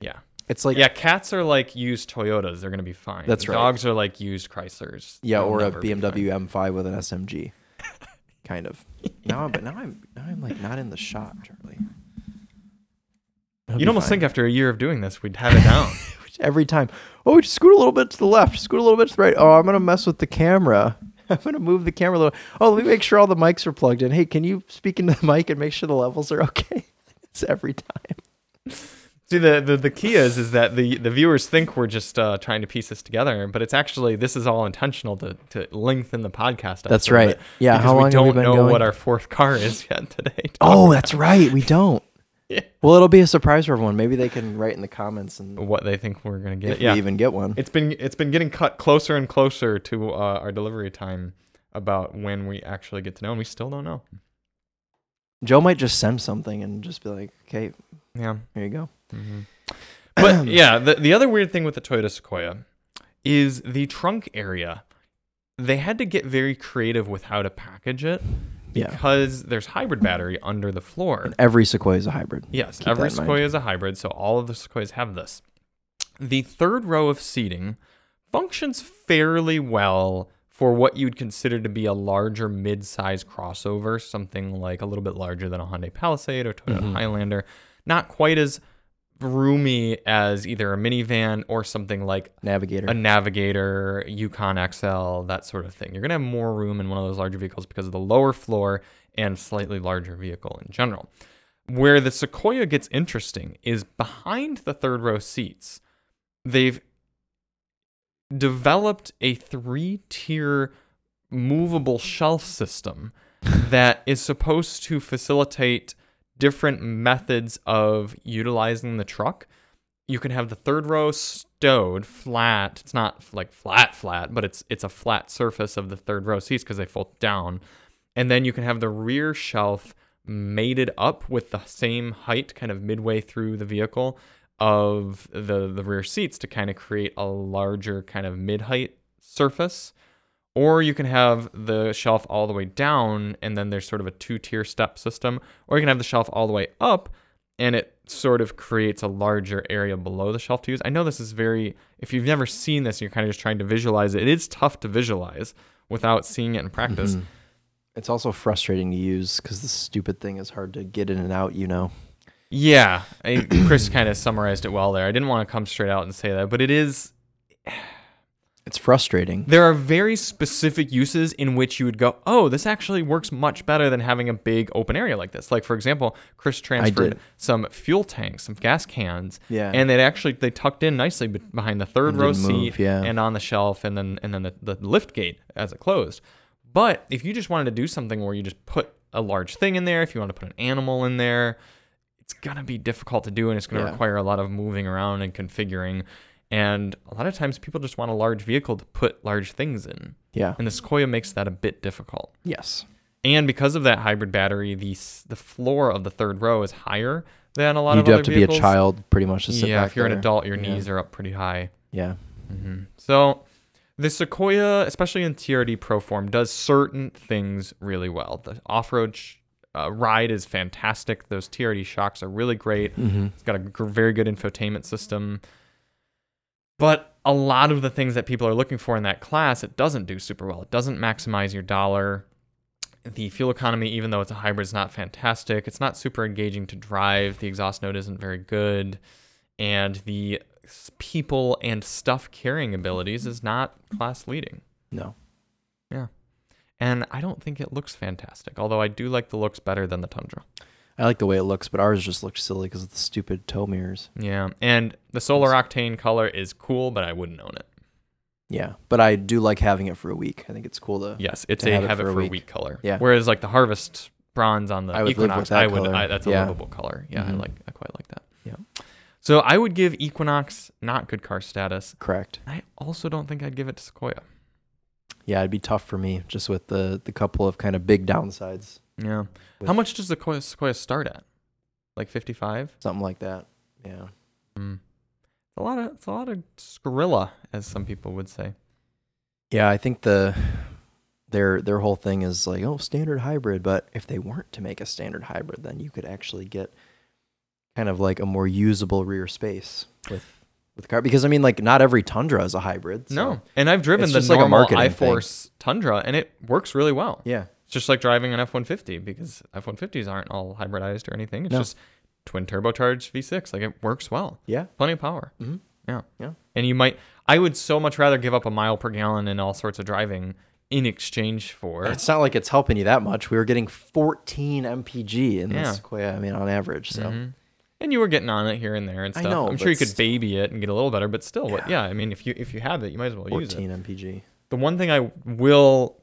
Yeah.
It's like
yeah, cats are like used Toyotas. They're gonna be fine.
That's right.
Dogs are like used Chryslers.
yeah,
They'll
or a
never be fine.
BMW M5 with an SMG, kind of. Now, I'm, but now I'm now I'm like not in the shop, Charlie. It'll
You'd
be
almost
fine.
think after a year of doing this, we'd have it down.
every time. Oh, just scoot a little bit to the left, scoot a little bit to the right. Oh, I'm gonna mess with the camera. I'm gonna move the camera a little. Oh, let me make sure all the mics are plugged in. Hey, can you speak into the mic and make sure the levels are okay? It's every time.
See, the, the the key is is that the the viewers think we're just uh, trying to piece this together, but it's actually this is all intentional to to lengthen the podcast.
That's
episode a
right.
bit,
Yeah,
because
how
we
long have
don't
we been
know
going?
what our fourth car is yet today.
Oh, that's right. We don't.
Yeah.
Well, it'll be a surprise for everyone. Maybe they can write in the comments and
what they think we're gonna
if
get? Oh, Yeah,
we even get one.
it's been it's been getting cut closer and closer to uh, our delivery time about when we actually get to know, and we still don't know.
Joe might just send something and just be like, "Okay,
Yeah.
here you go."
Mm-hmm. But yeah, the, the other weird thing with the Toyota Sequoia is the trunk area. They had to get very creative with how to package it
Yeah.
because there's hybrid battery under the floor.
Every Sequoia is a hybrid.
Yes,
Keep
every
that in mind.
Sequoia is a hybrid, so all of the Sequoias have this. The third row of seating functions fairly well for what you'd consider to be a larger mid-size crossover, something like a little bit larger than a Hyundai Palisade or Toyota
Mm-hmm.
Highlander. Not quite as roomy as either a minivan or something like
Navigator.
a Navigator, Yukon XL, that sort of thing. You're going to have more room in one of those larger vehicles because of the lower floor and slightly larger vehicle in general. Where the Sequoia gets interesting is behind the third row seats, they've developed a three tier movable shelf system that is supposed to facilitate different methods of utilizing the truck. You can have the third row stowed flat. It's not like flat flat, but it's it's a flat surface of the third row seats because they fold down. And then you can have the rear shelf mated up with the same height kind of midway through the vehicle of the the rear seats to kind of create a larger kind of mid-height surface or you can have the shelf all the way down and then there's sort of a two-tier step system or you can have the shelf all the way up and it sort of creates a larger area below the shelf to use. I know this is very if you've never seen this and you're kind of just trying to visualize it, it is tough to visualize without seeing it in practice.
It's also frustrating to use because this stupid thing is hard to get in and out. You know.
Yeah, I, Chris kind of summarized it well there. I didn't want to come straight out and say that, but it is
It's frustrating.
there are very specific uses in which you would go, "Oh, this actually works much better than having a big open area like this." Like for example, Chris transferred
did.
some fuel tanks, some gas cans,
Yeah.
and they actually they tucked in nicely be- behind the third
And
row
didn't move,
seat
yeah.
and on the shelf, and then and then the, the lift gate as it closed. But if you just wanted to do something where you just put a large thing in there, if you want to put an animal in there, it's gonna be difficult to do, and it's gonna
Yeah.
require a lot of moving around and configuring. And a lot of times, people just want a large vehicle to put large things in,
Yeah.
and the Sequoia makes that a bit difficult.
Yes.
And because of that hybrid battery, the s- the floor of the third row is higher than a lot
You
of
do
other
have to
vehicles.
be a child pretty much to sit
Yeah,
back
if you're an
there.
adult, your
Yeah.
knees are up pretty high.
Yeah.
So the Sequoia, especially in TRD Pro form, does certain things really well. The off-road sh- uh, ride is fantastic. Those TRD shocks are really great.
Mm-hmm.
It's got a gr very good infotainment system. But a lot of the things that people are looking for in that class, it doesn't do super well. It doesn't maximize your dollar. The fuel economy, even though it's a hybrid, is not fantastic. It's not super engaging to drive. The exhaust note isn't very good. And the s- people and stuff carrying abilities is not class leading.
No.
And I don't think it looks fantastic, although I do like the looks better than the Tundra.
I like the way it looks, but ours just looks silly because of the stupid tow mirrors.
Yeah. And the Solar Octane color is cool, but I wouldn't own it.
Yeah. But I do like having it for a week. I think it's cool to.
Yes, it's
to
a have, it for a week, color.
Yeah.
Whereas like the harvest bronze on the
I would live with
equinox,
that
I would
color.
I, that's a
Yeah.
livable color. Yeah, I
Mhm.
like I quite like that.
Yeah.
So I would give Equinox not good car status.
Correct.
I also don't think I'd give it to Sequoia.
Yeah, it'd be tough for me just with the the couple of kind of big downsides,
Yeah.
With-
How much does the Sequoia, Sequoia start at? Like fifty five.
something like that. Yeah.
Mm. It's a lot of it's a lot of Skrilla, as some people would say.
Yeah, I think the their their whole thing is like, oh, standard hybrid, but if they weren't to make a standard hybrid, then you could actually get kind of like a more usable rear space with with car because I mean like not every Tundra is a hybrid. so-
No. And I've driven
It's
the
just like a
normal
marketing
I
thing.
Force Tundra and it works really well.
Yeah.
It's just like driving an F one fifty because F one fifties aren't all hybridized or anything. It's
No.
just twin turbocharged V six. Like it works well.
Yeah.
Plenty of power.
Mhm.
Yeah.
Yeah.
And you might I would so much rather give up a mile per gallon and all sorts of driving in exchange for
It's not like it's helping you that much. We were getting 14 mpg in
Yeah. Mm-hmm.
the Sequoia, I mean on average, so
and you were getting on it here and there and
I
stuff.
know,
I'm
but
sure you could
still.
baby it and get a little better, but still what yeah, I mean if you if you have it, you might as well use it.
14 mpg.
The one thing I will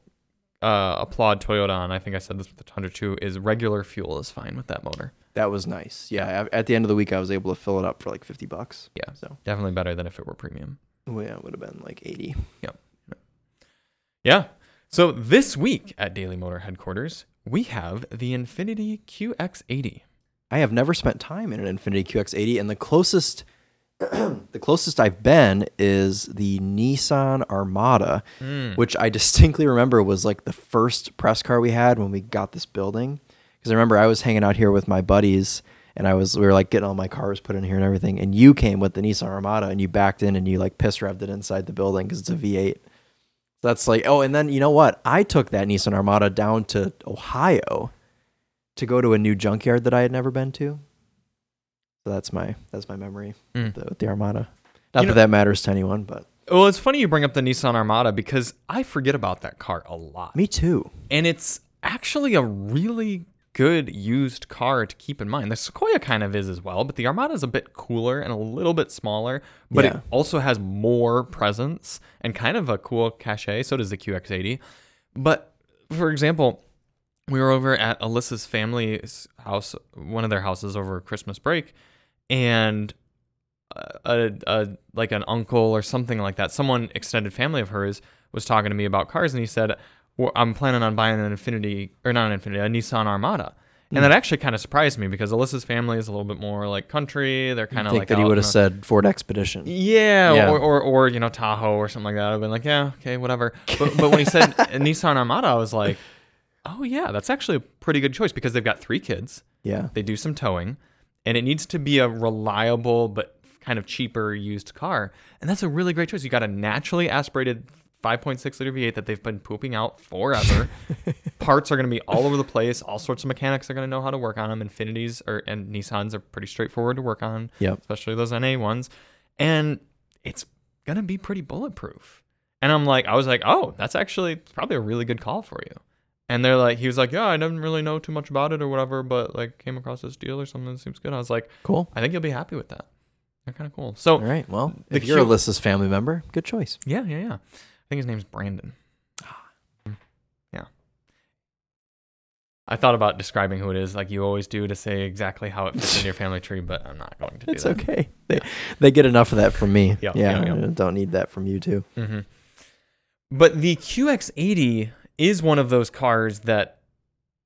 uh, applaud Toyota on, I think I said this with the Tundra too, is regular fuel is fine with that motor.
That was nice. Yeah, a- at the end of the week I was able to fill it up for like 50 bucks.
Yeah.
So,
Definitely better than if it were premium.
well, yeah, it would have been like 80.
Yeah. So this week at Daily Motor headquarters, we have the Infinity QX80.
I have never spent time in an Infiniti QX80, and the closest, the closest I've been is the Nissan Armada, which I distinctly remember was like the first press car we had when we got this building. Because I remember I was hanging out here with my buddies, and I was we were like getting all my cars put in here and everything, and you came with the Nissan Armada, and you backed in and you like piss revved it inside the building because it's a V8. That's like oh, and then you know what? I took that Nissan Armada down to Ohio to go to a new junkyard that I had never been to. So that's my that's my memory
Mm.
with, the, with the Armada. Not
You know-
that that matters to anyone, but
Well, it's funny you bring up the Nissan Armada because I forget about that car a lot.
me too.
And it's actually a really good used car to keep in mind. The Sequoia kind of is as well, but the Armada is a bit cooler and a little bit smaller, but
Yeah.
it also has more presence and kind of a cool cachet. So does the QX80. But for example, we were over at Alyssa's family's house, one of their houses over Christmas break, and a, a like an uncle or something like that, someone extended family of hers was talking to me about cars, and he said, well, "I'm planning on buying an Infinity or not an Infinity, a Nissan Armada."
Hmm.
And that actually kind of surprised me because Alyssa's family is a little bit more like country. They're kind of
I think
like
that he
out
would
in
have
the-
said Ford Expedition.
yeah,
Yeah.
Or, or or you know Tahoe or something like that. I've been like, yeah, okay, whatever. But but when he said a Nissan Armada, I was like, oh yeah, that's actually a pretty good choice because they've got three kids,
Yeah,
they do some towing, and it needs to be a reliable but kind of cheaper used car, and that's a really great choice. You got a naturally aspirated 5.6 liter V8 that they've been pooping out forever. Parts are going to be all over the place. All sorts of mechanics are going to know how to work on them. Infinities are, and Nissans are pretty straightforward to work on,
Yep.
especially those NA ones. And it's going to be pretty bulletproof. And I'm like, I was like, oh, that's actually probably a really good call for you. And they're like, he was like, yeah, I didn't really know too much about it or whatever, but like came across this deal or something that seems good. I was like,
Cool.
I think you'll be happy with that. They're kind of cool. So,
All right. Well,
The
if you're
cute-
a Alyssa's family member, good choice.
yeah, yeah, yeah. I think his name's Brandon.
Ah.
Mm. Yeah. I thought about describing who it is, like you always do, to say exactly how it fits in your family tree, but I'm not going to do
It's
that.
okay. They they get enough of that from me.
Yeah,
Yeah.
yeah, yeah.
I Don't need that from you too.
hmm But the QX80 is one of those cars that,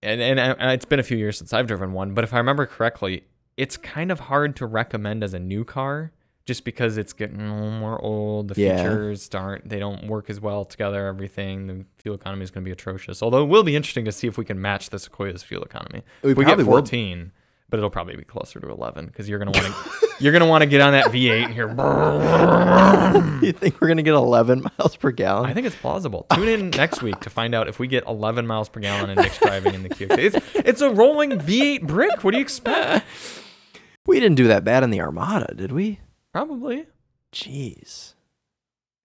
and, and, and it's been a few years since I've driven one, but if I remember correctly, it's kind of hard to recommend as a new car just because it's getting a little more old. The
Yeah.
features aren't, they don't work as well together, everything. The fuel economy is going to be atrocious. Although it will be interesting to see if we can match the Sequoia's fuel economy.
We
We get
probably will.
14. But it'll probably be closer to 11 because you're gonna want to you're gonna want to get on that V8 and hear
you think we're gonna get 11 miles per gallon?
Hmm. I think it's plausible. Tune in next week to find out if we get 11 miles per gallon in Nick's driving in the QX. It's, it's a rolling V8 brick. What do you expect?
we didn't do that bad in the Armada, did we?
Probably.
Jeez.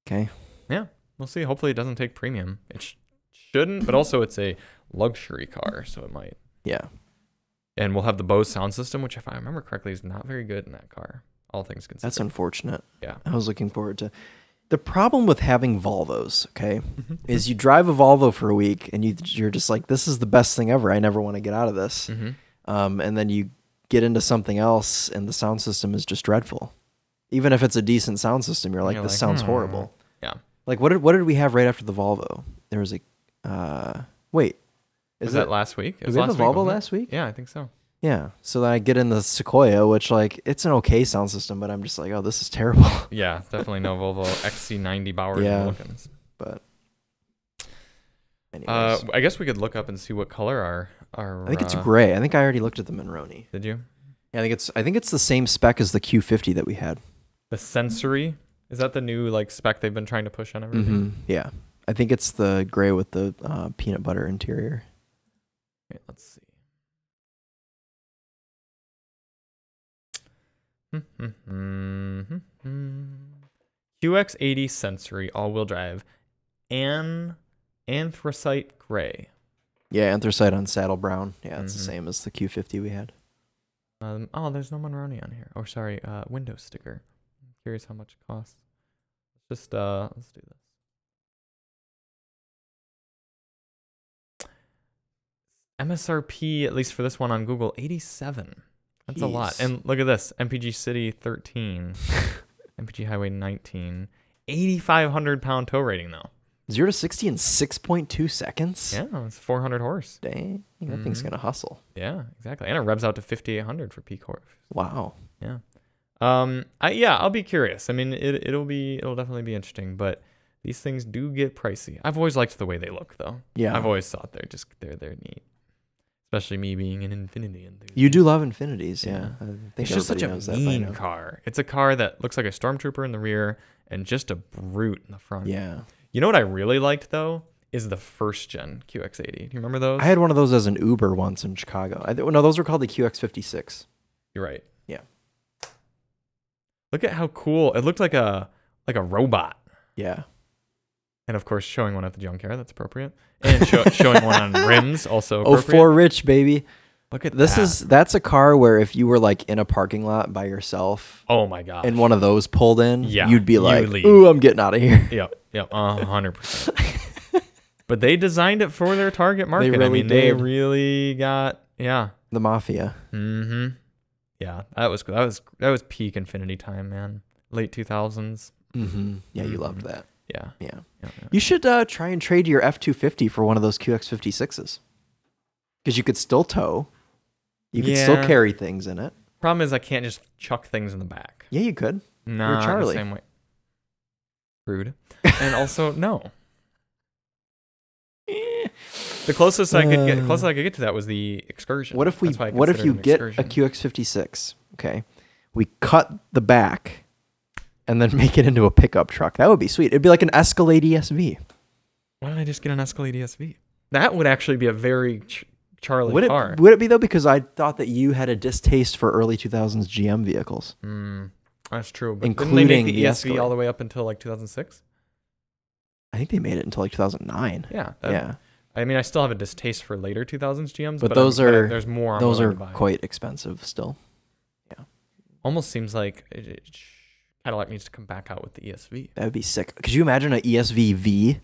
Okay.
Yeah. We'll see. Hopefully, it doesn't take premium. It sh- shouldn't, but also it's a luxury car, so it might.
Yeah.
And we'll have the Bose sound system, which, if I remember correctly, is not very good in that car. All things considered.
That's unfortunate.
Yeah.
I was looking forward to. The problem with having Volvos, okay,
Mm-hmm.
is you drive a Volvo for a week and you, you're just like, this is the best thing ever. I never want to get out of this.
Mhm.
Um, and then you get into something else and the sound system is just dreadful. Even if it's a decent sound system, you're like,
You're
this
like,
sounds
hmm."
horrible.
Yeah.
Like, what did, what did we have right after the Volvo? There was a. Uh, wait.
Is,
Is
that
it,
last week? It
did
was
we have a
last
Volvo
wasn't it?
last week?
Yeah, I think so.
Yeah. So then I get in the Sequoia, which, like, it's an okay sound system, but I'm just like, oh, this is terrible.
Yeah, definitely no Volvo XC90 Bowers
Yeah.
and Wilkins.
but anyways,
Uh, I guess we could look up and see what color our our.
I think it's
uh,
gray. I think I already looked at the Monroney.
Did you?
Yeah, I think it's I think it's the same spec as the Q50 that we had.
The sensory is that the new like spec they've been trying to push on everything.
hmm Yeah, I think it's the gray with the uh, peanut butter interior.
Wait, let's see. Hmm, QX80 sensory all-wheel drive, an anthracite gray.
Yeah, anthracite on saddle brown. Yeah, it's
Mhm.
the same as the Q50 we had.
Um, oh, there's no Monroney on here. Oh, sorry, uh, window sticker. I'm curious how much it costs. Just uh, let's do this. MSRP, at least for this one on Google, 87. That's a lot.
Jeez.
And look at this, MPG City 13, MPG Highway 19, 8,500 pound tow rating though.
Zero to sixty in six point two seconds.
Yeah, it's 400 horse.
Dang, that thing's
Mhm.
gonna hustle.
Yeah, exactly. And it revs out to 5,800 for peak horse.
Wow.
Um, I yeah, I'll be curious. I mean, it it'll be it'll definitely be interesting, but these things do get pricey. I've always liked the way they look, though.
Yeah.
I've always thought they're just they're they're neat, especially me being an Infinity enthusiast.
you do love Infinities, yeah. I think
It's just such
everybody
a
knows that by now.
mean car. It's a car that looks like a stormtrooper in the rear and just a brute in the front.
Yeah,
You know what I really liked though is the first gen QX80. Do you remember those?
I had one of those as an Uber once in Chicago. I th- no, those were called the QX56.
You're right.
Yeah.
Look at how cool it looked like a like a robot.
Yeah.
and of course showing one at the junkyard that's appropriate and show, showing one on rims also
Oh,
appropriate. Ah.
four rich baby.
look at
This
that.
is that's a car where if you were like in a parking lot by yourself
oh my god
and one of those pulled in,
Yeah,
you'd be
you
like,
leave.
"Ooh, I'm getting out of here."
yep yep a hundred percent but they designed it for their target market I
really
mean they
did.
really got yeah
The mafia.
mm-hmm yeah that was that was that was peak infinity time man late 2000s Mm-hmm.
hmm Yeah, you loved that.
yeah
Yeah.
yeah, yeah.
You should uh, try and trade your F250 for one of those QX56s because you could still tow. You could still
Yeah.
carry things in it.
problem is i can't just chuck things in the back
Yeah, you could.
Not the
Charlie.
same way rude and also no The closest I could get,
Uh,
closest I could get to that was the excursion.
What if we?
That's why I
What if
considered
you
an
get a
excursion.
QX56? Okay, we cut the back, and and then make it into a pickup truck. That would be sweet. It'd be like an Escalade E ESV.
Why don't I just get an Escalade ESV? That would actually be a very ch- Charlie
would it
car.
would it be though? Because I thought that you had a distaste for early 2000s GM vehicles.
Mm, that's true. But didn't they
Including
make the ESV
the
all
Escalade.
the way up until like 2006?
I think they made it until like 2009.
Yeah. that-
Yeah,
I mean, I still have a distaste for later 2000s GMs, but,
But those
I'm-
are-
there's more. I'm
those
willing
are
to buy.
quite expensive still.
Almost seems like it, it, Cadillac needs to come back out with the E ESV.
That would be sick. Could you imagine an ESV V?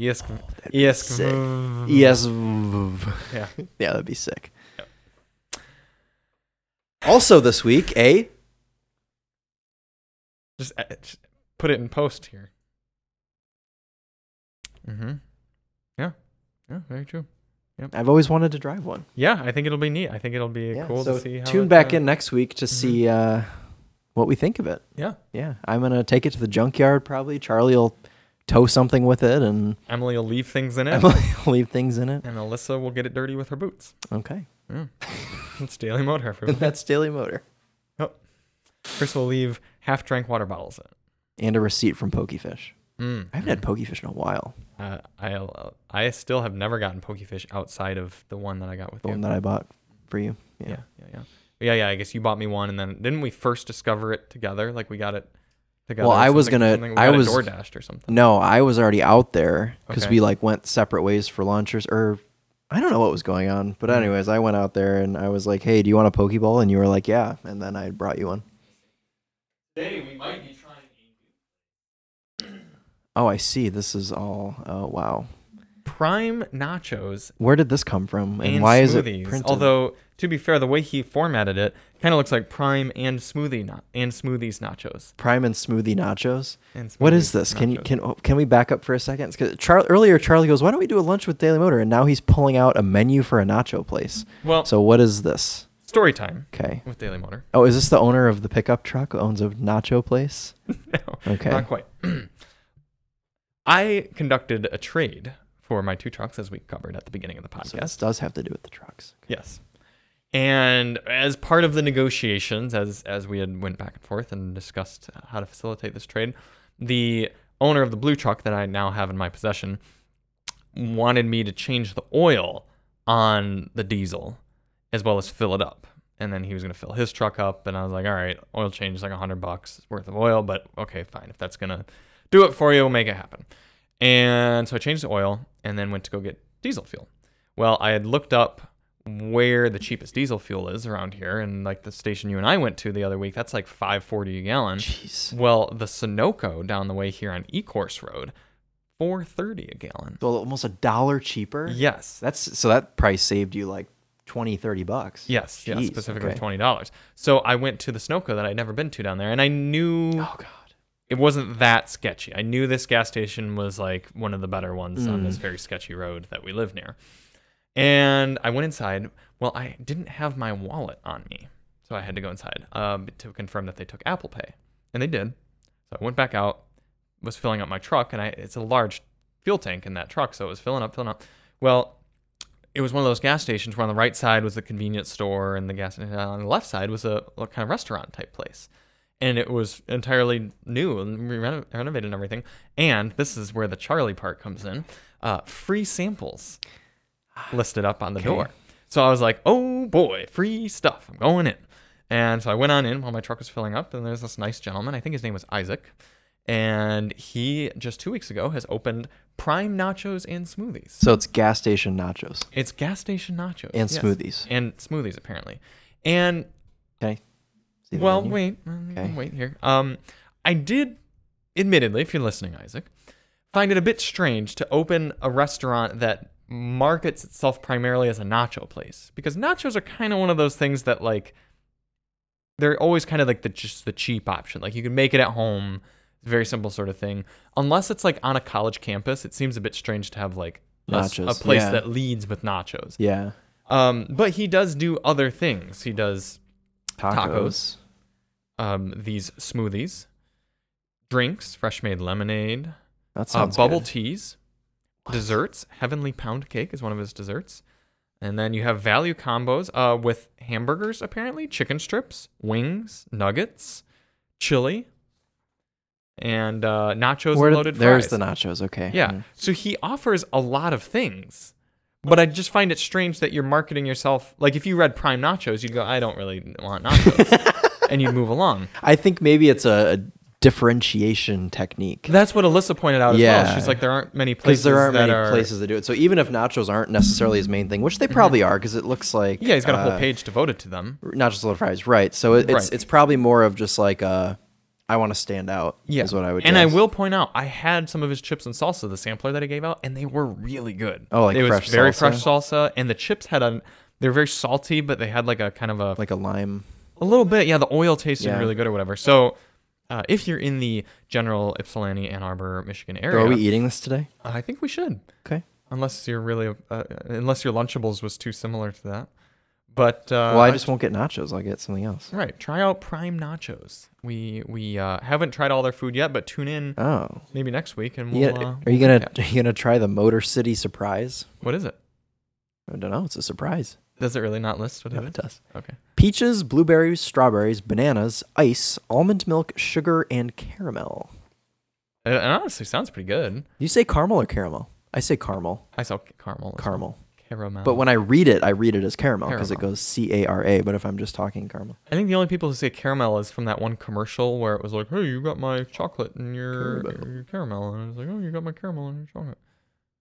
E
ES,
Oh, that'd be
ES,
sick. ESV.
Mm-hmm. Yeah.
yeah, that'd be sick.
Yep.
Also this week, a
Just, uh, just put it in post here. Mm-hmm. Yeah. Yeah. Very true.
I've always wanted to drive one.
Yeah, I think it'll be neat. I think it'll be
Yeah,
cool
so
to see. How
tune
it,
back
uh, Mm-hmm.
in next week to see uh, what we think of it.
Yeah.
Yeah, I'm gonna take it to the junkyard probably. Charlie'll tow something with it, and
Emily will leave things in it,
Emily will leave things in it.
and Alyssa will get it dirty with her boots.
Okay,
It's Daily Motor.
and
everyone.
that's Daily Motor
Chris will leave half drank water bottles in.
and a receipt from Pokefish.
Mm.
I haven't had Pokefish in a while.
Uh, I I still have never gotten pokefish outside of the one that I got with
The
you.
one that I bought for you. Yeah.
yeah, yeah, yeah, yeah, yeah. I guess you bought me one, and then didn't we first discover it together? Like we got it together.
I was
something-
gonna-
something- we
I
got it
was-
DoorDashed or something.
No, I was already out there because
Okay.
we like went separate ways for lunches, or I don't know what was going on. But
Mhm.
anyways, I went out there and I was like, "Hey, do you want a Pokeball?" And you were like, "Yeah," and then I brought you one.
Today we might be trying.
Oh, I see. This is all. Oh, wow.
Prime nachos
Where did this come from, and,
and
why is
smoothies.
it printed?
Although to be fair, the way he formatted it kind of looks like prime and smoothie na- and smoothies nachos.
prime and smoothie nachos.
And
What
smoothies
is this? Can you
nachos.
can oh, can we back up for a second? Because Char- earlier Charlie goes, "Why don't we do a lunch with Daily Motor?" And now he's pulling out a menu for a nacho place.
well
So what is this?
story time
Okay.
with Daily Motor.
Oh, is this the owner of the pickup truck who owns a nacho place?
No,
Okay.
Not quite. I conducted a trade for my two trucks, as we covered at the beginning of the
So this
podcast.
does have to do with the trucks.
yes. And as part of the negotiations, as as we had went back and forth and discussed how to facilitate this trade, the owner of the blue truck that I now have in my possession wanted me to change the oil on the diesel as well as fill it up. And then he was going to fill his truck up. And I was like, all right, oil change is like 100 bucks worth of oil, but okay, fine. If that's going to do it for you, we'll make it happen. And so I changed the oil and then went to go get diesel fuel. Well, I had looked up where the cheapest diesel fuel is around here. And like the station you and I went to the other week, that's like 540 a gallon.
Jeez.
Well, the Sunoco down the way here on Ecourse Road, 430 a gallon.
So almost a dollar cheaper.
Yes.
That's so that price saved you like 20, 30 bucks.
Yes, yes,
Jeez,
specifically
okay.
twenty dollars. So I went to the Snoco that I'd never been to down there, and I knew
Oh god.
it wasn't that sketchy. I knew this gas station was like one of the better ones on
Mm.
this very sketchy road that we live near. And I went inside. Well, I didn't have my wallet on me, so I had to go inside um, to confirm that they took Apple Pay, and they did. So I went back out, was filling up my truck, and I it's a large fuel tank in that truck, so it was filling up, filling up. Well, it was one of those gas stations where on the right side was the convenience store, and the gas and on the left side was a, a kind of restaurant type place, and it was entirely new and we reno- renovated and everything. And this is where the Charlie part comes in. Uh, free samples listed up on the
Okay.
door. So I was like, oh boy, free stuff. I'm going in. And so I went on in while my truck was filling up, and there's this nice gentleman. I think his name was Isaac. And he just two weeks ago has opened Prime Nachos and Smoothies.
So it's gas station nachos
It's gas station nachos
and
yes.
smoothies.
and smoothies apparently. And
Okay. See the
well,
menu?
wait, mm,
Okay.
wait here. Um, I did, admittedly, if you're listening, Isaac, find it a bit strange to open a restaurant that markets itself primarily as a nacho place because nachos are kind of one of those things that like they're always kind of like the just the cheap option. Like you can make it at home, very simple sort of thing. Unless it's like on a college campus, it seems a bit strange to have like a s- a
Nachos,
place
yeah.
that leads with nachos.
Yeah.
Um, but he does do other things. He does Tacos.
Tacos.
um, these smoothies, drinks, fresh made lemonade,
That
uh,
sounds
bubble
good.
teas, desserts. Heavenly pound cake is one of his desserts. And then you have value combos uh, with hamburgers, apparently, chicken strips, wings, nuggets, chili, and uh, nachos
Where
and
did-
loaded
there's
fries.
the nachos. Okay.
Yeah.
Mm.
So he offers a lot of things. But I just find it strange that you're marketing yourself. Like if you read Prime Nachos, you'd go, I don't really want nachos. and you'd move along.
I think maybe it's a, a differentiation technique
That's what Alyssa pointed out as well.
Yeah.
She's like, there aren't many
because
places
there aren't
that
many
are. Mm-hmm.
places that do it. So even if nachos aren't necessarily his main thing, which they probably are, because it looks like
Yeah, he's got a whole
uh,
page devoted to them.
Nachos little fries, right? So it, it's
Right.
it's probably more of just like a, I want to stand out.
Yeah,
is what I would.
And I
guess.
will point out, I had some of his chips and salsa, the sampler that he gave out, and they were really good.
Oh, like
it
fresh
was very
salsa?
fresh salsa, and the chips had a. They were very salty, but they had like a kind of a
like a lime.
a little bit. Yeah, the oil tasted
Yeah.
really good or whatever. So, uh, if you're in the general Ypsilanti, Ann Arbor, Michigan
Are
area,
we eating this today?
I think we should.
Okay.
Unless you're really, uh, unless your Lunchables was too similar to that. But uh,
Well, I just won't get nachos. I'll get something else.
right. Try out Prime Nachos. We we uh, haven't tried all their food yet, but tune in
Oh,
maybe next week and Mm-hmm. we'll.
yeah.
uh,
are you gonna are you gonna try the Motor City Surprise?
What is it?
I don't know. It's a surprise.
Does it really not list what
Yeah,
it
it
is?
does.
Okay.
Peaches, blueberries, strawberries, bananas, ice, almond milk, sugar, and caramel.
It, it honestly sounds pretty good.
You say caramel or caramel? I say caramel.
I saw caramel. as well.
Caramel.
Caramel.
But when I read it, I read it as caramel because it
Uh-huh. Caramel.
goes C A R A. But if I'm just talking caramel,
I think the only people who say caramel is from that one commercial where it was like, "Hey, you got my chocolate and your
Caramel.
your caramel," and it's like, "Oh, you got my caramel and your chocolate."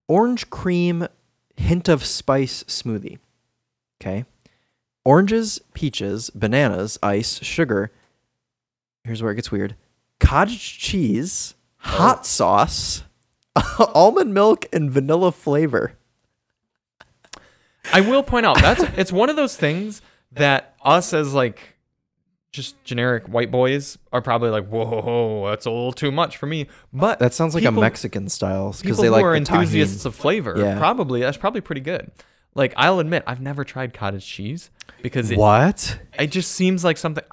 orange cream, hint of spice smoothie. Okay. Oranges, peaches, bananas, ice, sugar. Here's where it gets weird cottage cheese, hot sauce, almond milk, and vanilla flavor.
I will point out that's it's one of those things that us as like just generic white boys are probably like, "Whoa, that's a little too much for me." But
That sounds like
people-
a Mexican style because
people
they
who
like
are
the
enthusiasts
enthusiasts.
of flavor
Yeah.
probably that's probably pretty good. Like I'll admit, I've never tried cottage cheese because it,
What?
it just seems like something.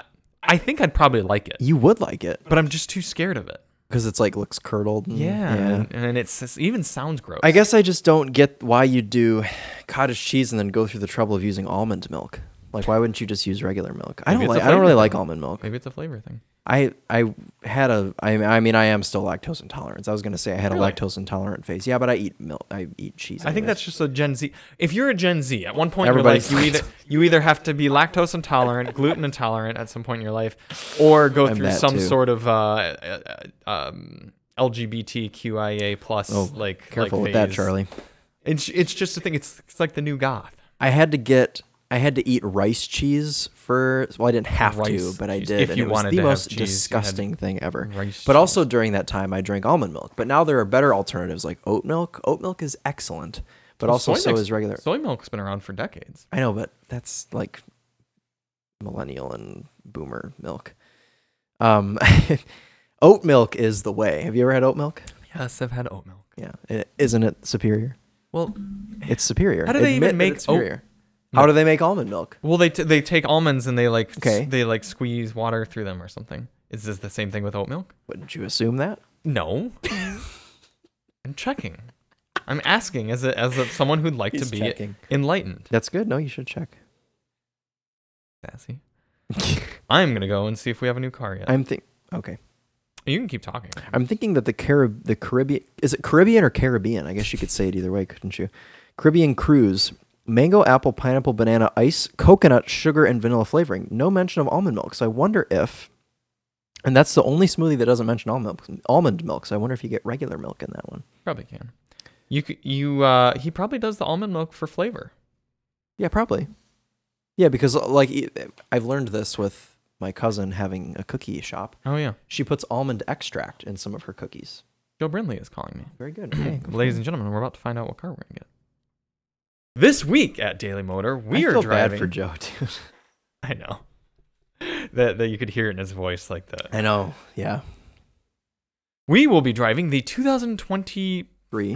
I think I'd probably like it,
You would like it
but I'm just too scared of it.
because it's like looks curdled. and-
Yeah, And, and it's, it's even sounds gross.
I guess I just don't get why you do cottage cheese and then go through the trouble of using almond milk. Like, why wouldn't you just use regular milk? I
Maybe
don't
it's a
like. I
flavor
don't really
thing.
like almond milk.
Maybe it's a flavor thing.
I I had a. I I mean, I am still lactose intolerant. I was gonna say I had a
Really?
lactose intolerant phase. Yeah, but I eat milk. I eat cheese.
I think
anyways.
that's just a Gen Z. If you're a Gen Z, at one point
Everybody's
you're like you either you either have to be lactose intolerant, gluten intolerant at some point in your life, or go
I'm
through
that
some
too.
sort of uh, uh, uh, um, LGBTQIA plus like
Oh, careful
like
with that,
phase.
Charlie.
It's it's just a thing. It's it's like the new goth.
I had to get I had to eat rice cheese for well I didn't have
Rice
to but I
cheese.
did
If
and
you
it
wanted
was
to
the
have
most
cheese, you had
disgusting thing ever.
rice
but also during that time I drank almond milk. But now there are better alternatives like oat milk. Oat milk is excellent, but also
Soy
so
milk's-
is regular.
Soy milk's been around for decades.
I know, but that's like millennial and boomer milk. Um oat milk is the way. Have you ever had oat milk?
Yes, I've had oat milk.
Yeah. is isn't it superior?
Well,
It's superior.
How do they
Admit
even
that
make
it's
oat
superior. How do they make almond milk?
Well, they t- they take almonds and they like s-
Okay.
they like squeeze water through them or something. Is this the same thing with oat milk?
Wouldn't you assume that?
No. I'm checking. I'm asking as a, as a, someone who'd like to
He's
be
checking.
enlightened.
That's good. No, you should check.
Sassy. I'm gonna go and see if we have a new car yet.
I'm think okay.
you can keep talking.
I'm thinking that the Carib the Caribbean is it Caribbean or Caribbean? I guess you could say it either way, couldn't you? Caribbean cruise. Mango, apple, pineapple, banana, ice, coconut, sugar, and vanilla flavoring. No mention of almond milk. So I wonder if, and that's the only smoothie that doesn't mention almond milk. Almond milk. So I wonder if you get regular milk in that one.
Probably can. You c- you uh he probably does the almond milk for flavor.
Yeah, probably. Yeah, because like e, I've learned this with my cousin having a cookie shop.
Oh yeah.
She puts almond extract in some of her cookies.
Joe Brindley is calling me.
Very good. Okay, go for it.
Ladies and gentlemen, we're about to find out what car we're gonna get. This week at Daily Motor, we
I
are
feel
driving.
bad for Joe, dude.
I know. That that you could hear it in his voice like that.
I know. Yeah.
We will be driving the 2023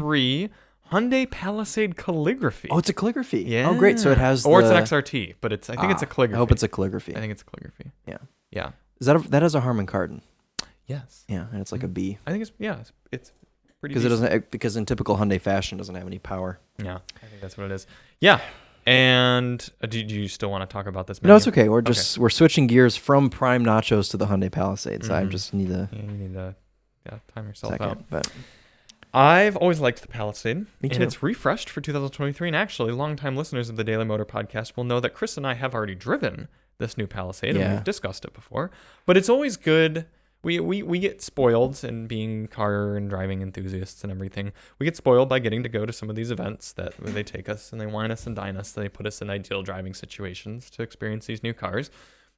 Three.
Hyundai Palisade calligraphy.
Oh, it's a calligraphy.
yeah.
Oh, great. So it has.
Or
the,
it's an XRT, but it's I think it's a
Ah,
calligraphy.
I hope it's a calligraphy.
I think it's a calligraphy.
Yeah.
Yeah.
Is that a, that has a Harman Kardon?
Yes.
Yeah, and it's like a B
I think it's yeah, it's, Mm-hmm. it's pretty
because it
decent.
doesn't it- because in typical Hyundai fashion it doesn't have any power.
Yeah. I think that's what it is. Yeah. And uh, do, do you still want to talk about this?
No, it's
menu?
okay. We're just we're switching gears from prime nachos to the Hyundai Palisade. So I
Mhm.
just need to.
Yeah, you need to yeah, time yourself out.
second. But
I've always liked the Palisade,
Me
and
too.
it's refreshed for 2023. And actually, longtime listeners of the Daily Motor Podcast will know that Chris and I have already driven this new Palisade, and
Yeah.
we've discussed it before. But it's always good. We, we, we get spoiled and being car and driving enthusiasts and everything. We get spoiled by getting to go to some of these events that where they take us and they wine us and dine us. They put us in ideal driving situations to experience these new cars.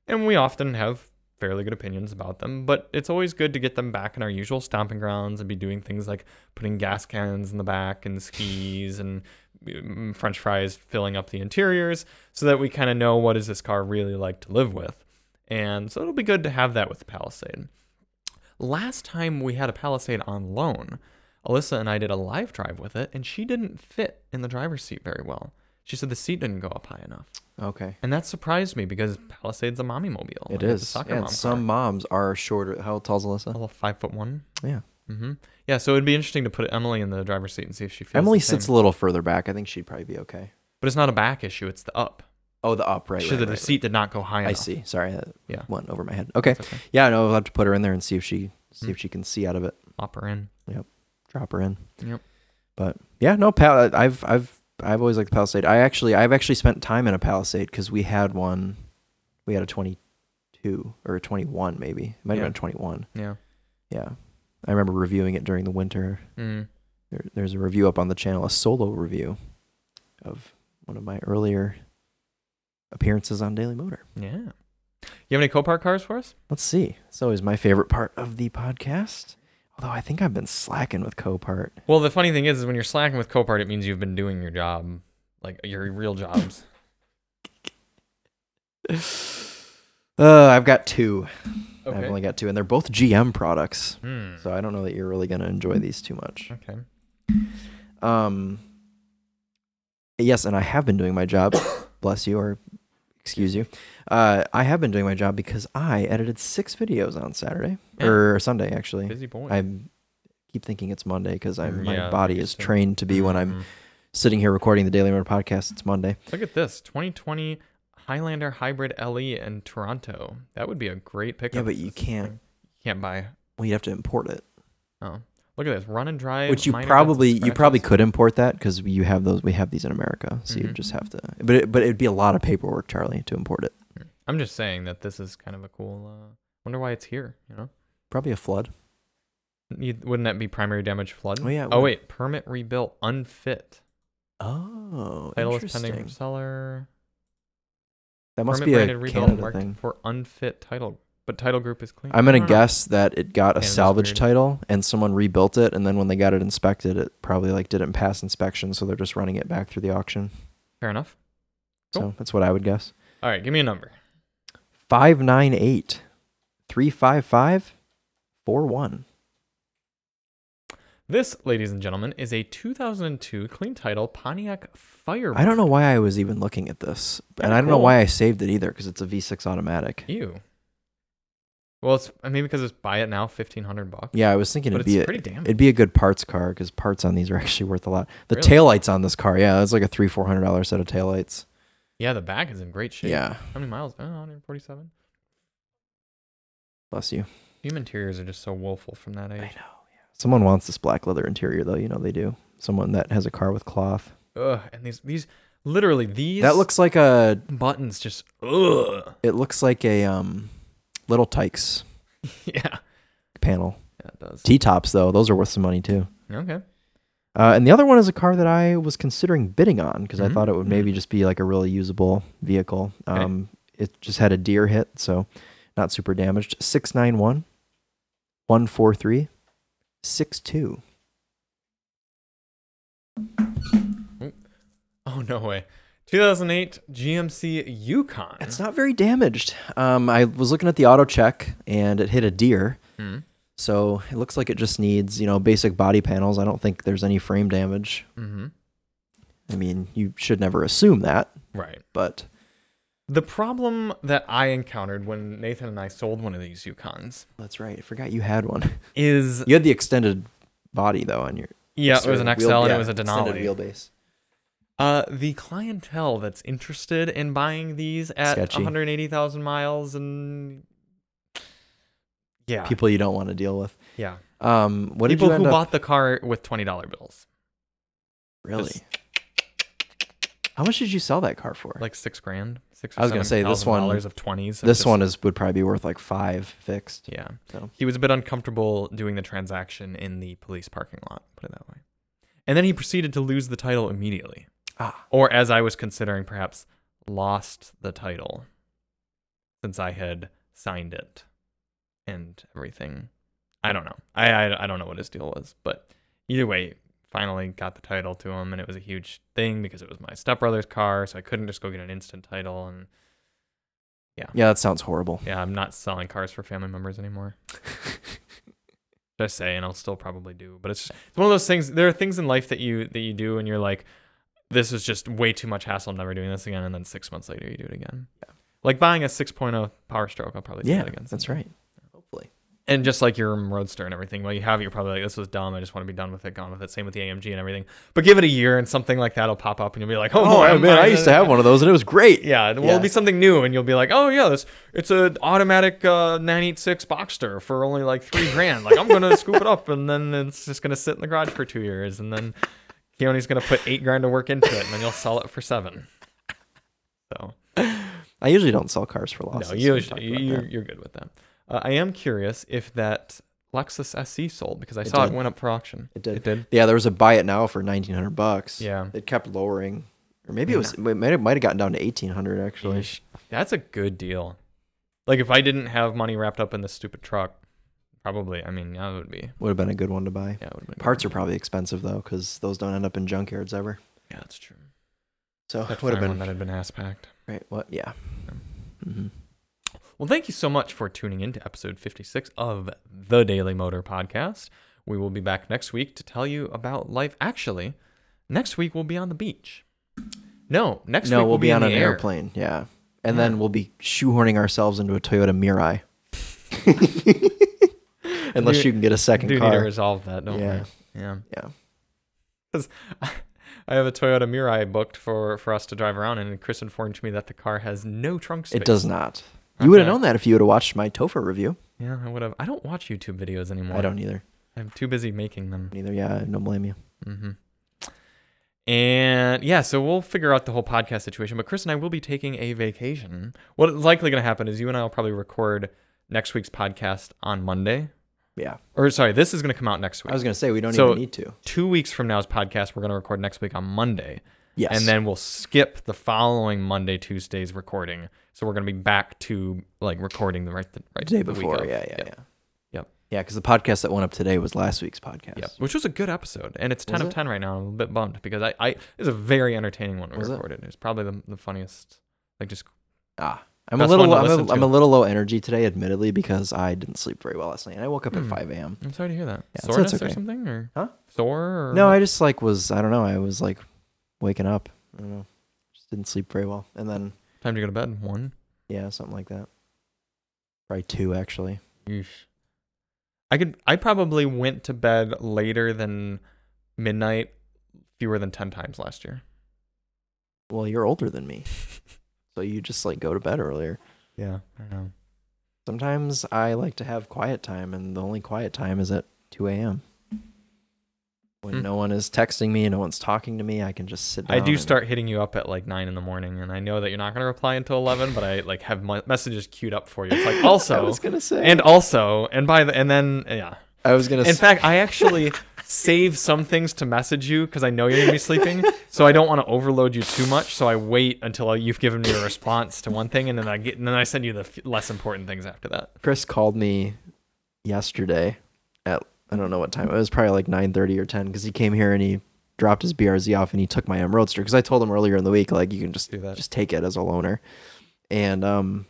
And we often have fairly good opinions about them, but it's always good to get them back in our usual stomping grounds and be doing things like putting gas cans in the back and skis and mm, french fries filling up the interiors so that we kind of know what is this car really like to live with. And so it'll be good to have that with the Palisade. Last time we had a Palisade on loan, Alyssa and I did a live drive with it and she didn't fit in the driver's seat very well. She said the seat didn't go up high enough.
okay.
And that surprised me because Palisade's a mommy mobile.
It
Like, it's a
is.
soccer
Yeah,
mom car.
some moms are shorter. How tall's
A
Alyssa?
little five foot one.
Yeah.
Mm-hmm. Yeah, so it'd be interesting to put Emily in the driver's seat and see if she feels.
Emily
the same.
sits a little further back. I think she'd probably be okay.
but it's not a back issue; it's the up.
Oh, the up right.
She
right,
said the
right,
seat did not go high
right. I
enough.
see. Sorry, that
Yeah.
went over my head. Okay.
It's okay.
Yeah, no, we'll have to put her in there and see if she see
Hmm.
if she can see out of it.
Pop her in.
Drop her in.
Yep.
But yeah, no, pal- I've I've I've always liked the Palisade. I actually I've actually spent time in a Palisade because we had one, we had a twenty two or a twenty one maybe. It might
Yeah.
have been twenty one.
Yeah.
Yeah, I remember reviewing it during the winter.
Mm.
There, there's a review up on the channel, a solo review, of one of my earlier appearances on Daily Motor.
Yeah. You have any Copart cars for us?
Let's see. It's always my favorite part of the podcast. Although I think I've been slacking with Copart.
Well, the funny thing is, is when you're slacking with Copart, it means you've been doing your job, like your real jobs.
Uh, I've got two. I've
Okay.
only got two, and they're both GM products.
Hmm.
So I don't know that you're really going to enjoy these too much.
Okay.
Um, yes, and I have been doing my job. bless you, or excuse you. Uh, I have been doing my job because I edited six videos on Saturday
Yeah.
or Sunday, actually.
Busy boy.
I keep thinking it's Monday because I'm
Yeah,
my body is
interesting.
trained to be when I'm
Mhm.
sitting here recording the Daily Motor podcast. It's Monday.
Look at this 2020 Highlander Hybrid LE in Toronto. That would be a great pickup.
Yeah, but you
this
can't.
spring. Can't buy.
Well, you'd have to import it,
Oh, look at this. Run and drive.
which you
minor dents and
probably you probably
scratches.
could import that because you have those. We have these in America, so
Mhm.
you'd just have to. But it, but it'd be a lot of paperwork, Charlie, to import it.
I'm just saying that this is kind of a cool. Uh, wonder why it's here. You know,
Probably a flood.
you, wouldn't that be primary damage flood?
Oh, yeah, it
Oh
would.
wait, permit rebuilt unfit.
Oh,
Title is pending
interesting.
from seller.
That must
permit
be
granted
a
rebuilt
Canada
marked
thing.
for unfit title, but title group is clean.
I'm
I
gonna
don't know.
guess that it got a
Canada's
salvage
weird.
title, and someone rebuilt it, and then when they got it inspected, it probably like didn't pass inspection, so they're just running it back through the auction.
Fair enough. Cool.
So that's what I would guess.
All right, give me a number.
598 355 41.
This, ladies and gentlemen, is a 2002 clean title Pontiac Firebird.
I don't know why I was even looking at this, and
Kinda
I don't know
cool.
why I saved it either because it's a V6 automatic.
Ew. Well, it's I mean because it's buy it now, fifteen hundred bucks.
Yeah, I was thinking
but
it'd
it's
be a,
pretty damn.
it'd be a good parts car because parts on these are actually worth a lot. The
Really?
taillights on this car, yeah, that's like a three four hundred dollar set of taillights.
yeah, the back is in great shape.
Yeah,
How many miles? Oh, 147.
bless you.
Human interiors are just so woeful from that
I know.
age.
Yeah. Someone wants this black leather interior though. You know they do. Someone that has a car with cloth.
Ugh. And these these literally these
That looks like a.
buttons just ugh.
It looks like a um, little Tykes
yeah.
panel.
Yeah, it does.
T tops though, those are worth some money too.
Okay.
Uh, and the other one is a car that I was considering bidding on because
Mhm.
I thought it would maybe just be like a really usable vehicle.
Okay.
Um, It just had a deer hit, so not super damaged. 691 143 62.
Oh no way. 2008 GMC Yukon.
It's not very damaged. Um, I was looking at the auto check and it hit a deer.
Hmm.
So it looks like it just needs, you know, basic body panels. I don't think there's any frame damage.
Mm-hmm.
I mean, you should never assume that,
Right.
but
The problem that I encountered when Nathan and I sold one of these Yukons
that's right. I forgot you had one.
is
You had the extended body though on your.
yeah, it was an
extended
XL
wheel-
and
yeah,
it was a
extended
Denali.
wheelbase.
Uh, the clientele that's interested in buying these at
Sketchy.
180,000 miles and yeah,
People you don't want to deal with.
yeah,
Um,
People
what did you
who
end up-
bought the car with twenty dollar bills,
really?
this-
How much did you sell that car for?
like six grand, six. Or
I was gonna say this one-
dollars of twenties.
this one is would probably be worth like five fixed.
Yeah.
So.
He was a bit uncomfortable doing the transaction in the police parking lot, put it that way. And then he proceeded to lose the title immediately.
Ah.
Or as I was considering, perhaps lost the title since I had signed it and everything. I don't know. I, I, I don't know what his deal was. But either way, finally got the title to him. And it was a huge thing because it was my stepbrother's car. So I couldn't just go get an instant title. And
Yeah, that sounds horrible.
yeah, I'm not selling cars for family members anymore. Should I say, and I'll still probably do. But it's just, it's one of those things. There are things in life that you that you do, and you're like, this is just way too much hassle. I'm never doing this again. And then six months later, you do it again. Like buying a 6.0 Power Stroke, I'll probably do
yeah,
that again.
that's
someday.
right. Hopefully.
And just like your Roadster and everything, well, you have it, you're probably like, this was dumb. I just want to be done with it, gone with it. Same with the AMG and everything. But give it a year, and something like that'll pop up, and you'll be like, oh,
Oh,
I'm-
man, I
I'm-
used to have one of those and it was great.
yeah, well,
Yeah.
it'll be something new, and you'll be like, "Oh yeah, this it's an automatic uh, 986 Boxster for only like three grand. Like I'm gonna scoop it up, and then it's just gonna sit in the garage for two years, and then Keone's gonna put eight grand to work into it, and then you'll sell it for seven. So
I usually don't sell cars for losses.
no,
We've
you
talked
you
about
you're,
that.
you're good with that. Uh, I am curious if that Lexus SE sold because I
It
saw
did.
it went up for auction.
It did.
It did.
Yeah, there was a buy it now for nineteen hundred bucks.
Yeah.
It kept lowering. Or maybe it was it might have, might have gotten down to eighteen hundred actually.
Yeesh. That's a good deal. Like if I didn't have money wrapped up in this stupid truck, probably. I mean, that would be.
Would have been a good one to buy.
Yeah, it would be
Parts are probably expensive though, because those don't end up in junkyards ever.
Yeah, that's true.
So
That
it
would
would have been
that had been ass packed.
right. What? Yeah. hmm
Well, thank you so much for tuning in to episode 56 of the Daily Motor Podcast. We will be back next week to tell you about life. Actually, next week we'll be on the beach. No, next
No,
week
we'll, be, on
in
an
the air.
airplane. Yeah. And
Yeah.
then we'll be shoehorning ourselves into a Toyota Mirai. Unless
Do-
you can get a
We
second
do need to
car.
resolve that, don't
Yeah.
we? Yeah.
Yeah.
Because I have a Toyota Mirai booked for, for us to drive around, and Chris informed me that the car has no trunk space.
It does not. You would have
Okay.
known that if you would have watched my Topher review.
Yeah, I would have. I don't watch YouTube videos anymore.
I don't either.
I'm too busy making them.
Neither. Yeah, I don't blame you.
Mm-hmm. And yeah, so we'll figure out the whole podcast situation. But Chris and I will be taking a vacation. What's likely going to happen is you and I will probably record next week's podcast on Monday.
Yeah.
Or sorry, this is going to come out next week.
I was gonna say we don't
So-
even need to.
Two weeks from now's podcast, we're going to record next week on Monday.
Yes.
And then we'll skip the following Monday, Tuesday's recording. So we're going to be back to like recording the right, the, right
day
the week
before.
of.
Yeah, yeah,
Yep.
yeah.
Yep.
Yeah, because the podcast that went up today was last week's podcast.
Yep. Which was a good episode. And it's 10
Was
of
it?
10 right now. I'm a bit bummed because I, I it was a very entertaining one we
Was it?
recorded. It? was probably the, the funniest. Like just
Ah, I'm
That's
a
one
little
to
I'm
listen
a, I'm
to.
a little low energy today, admittedly, because I didn't sleep very well last night. And I woke up
Hmm.
at 5 a.m.
I'm sorry to hear that.
Yeah, so it's
Soreness or
okay.
something or
Huh?
sore or
No, I just like was I don't know. I was like waking up. I don't know. Just didn't sleep very well, and then
time to go to bed. One.
yeah, something like that. Probably two actually.
Yeesh. I could I probably went to bed later than midnight fewer than 10 times last year.
Well, you're older than me, so you just like go to bed earlier.
Yeah, I know.
Sometimes I like to have quiet time, and the only quiet time is at 2 a.m. When
Hmm.
no one is texting me, no one's talking to me, I can just sit down.
I do
and-
start hitting you up at like nine in the morning, and I know that you're not gonna reply until eleven, but I like have my messages queued up for you. It's like
I
also,
was gonna say.
and also, and by the and then yeah,
I was gonna.
In
say,
fact, I actually save some things to message you because I know you're gonna be sleeping, so I don't want to overload you too much. So I wait until you've given me a response to one thing, and then I get, and then I send you the f- less important things after that.
Chris called me yesterday at I don't know what time. It was probably like 9:30 or 10 because he came here and he dropped his BRZ off and he took my M Roadster because I told him earlier in the week like you can just
Do that.
just take it as a loaner. And um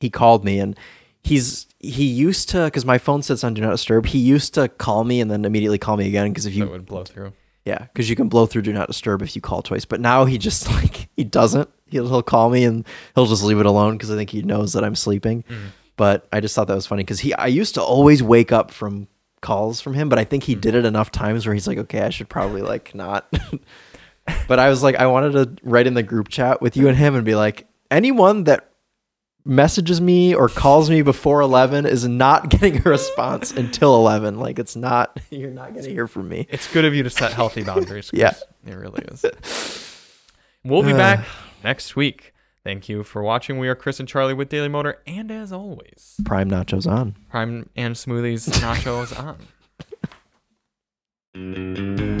he called me and he's he used to cuz my phone sits on do not disturb. He used to call me and then immediately call me again cuz if
That
you
would blow through.
yeah, because you can blow through do not disturb if you call twice. But now he just like he doesn't. He'll, he'll call me and he'll just leave it alone because I think he knows that I'm sleeping. But I just thought that was funny because he I used to always wake up from calls from him, but I think he did it enough times where he's like, okay, I should probably like not. but I was like, I wanted to write in the group chat with you and him and be like, anyone that messages me or calls me before 11 is not getting a response until 11 like it's not you're not going to hear from me
It's good of you to set healthy boundaries.
Yeah.
Chris. It really is. We'll be back next week. Thank you for watching. We are Chris and Charlie with Daily Motor. And as always,
prime nachos on
prime and smoothies, nachos on.
Mm-hmm.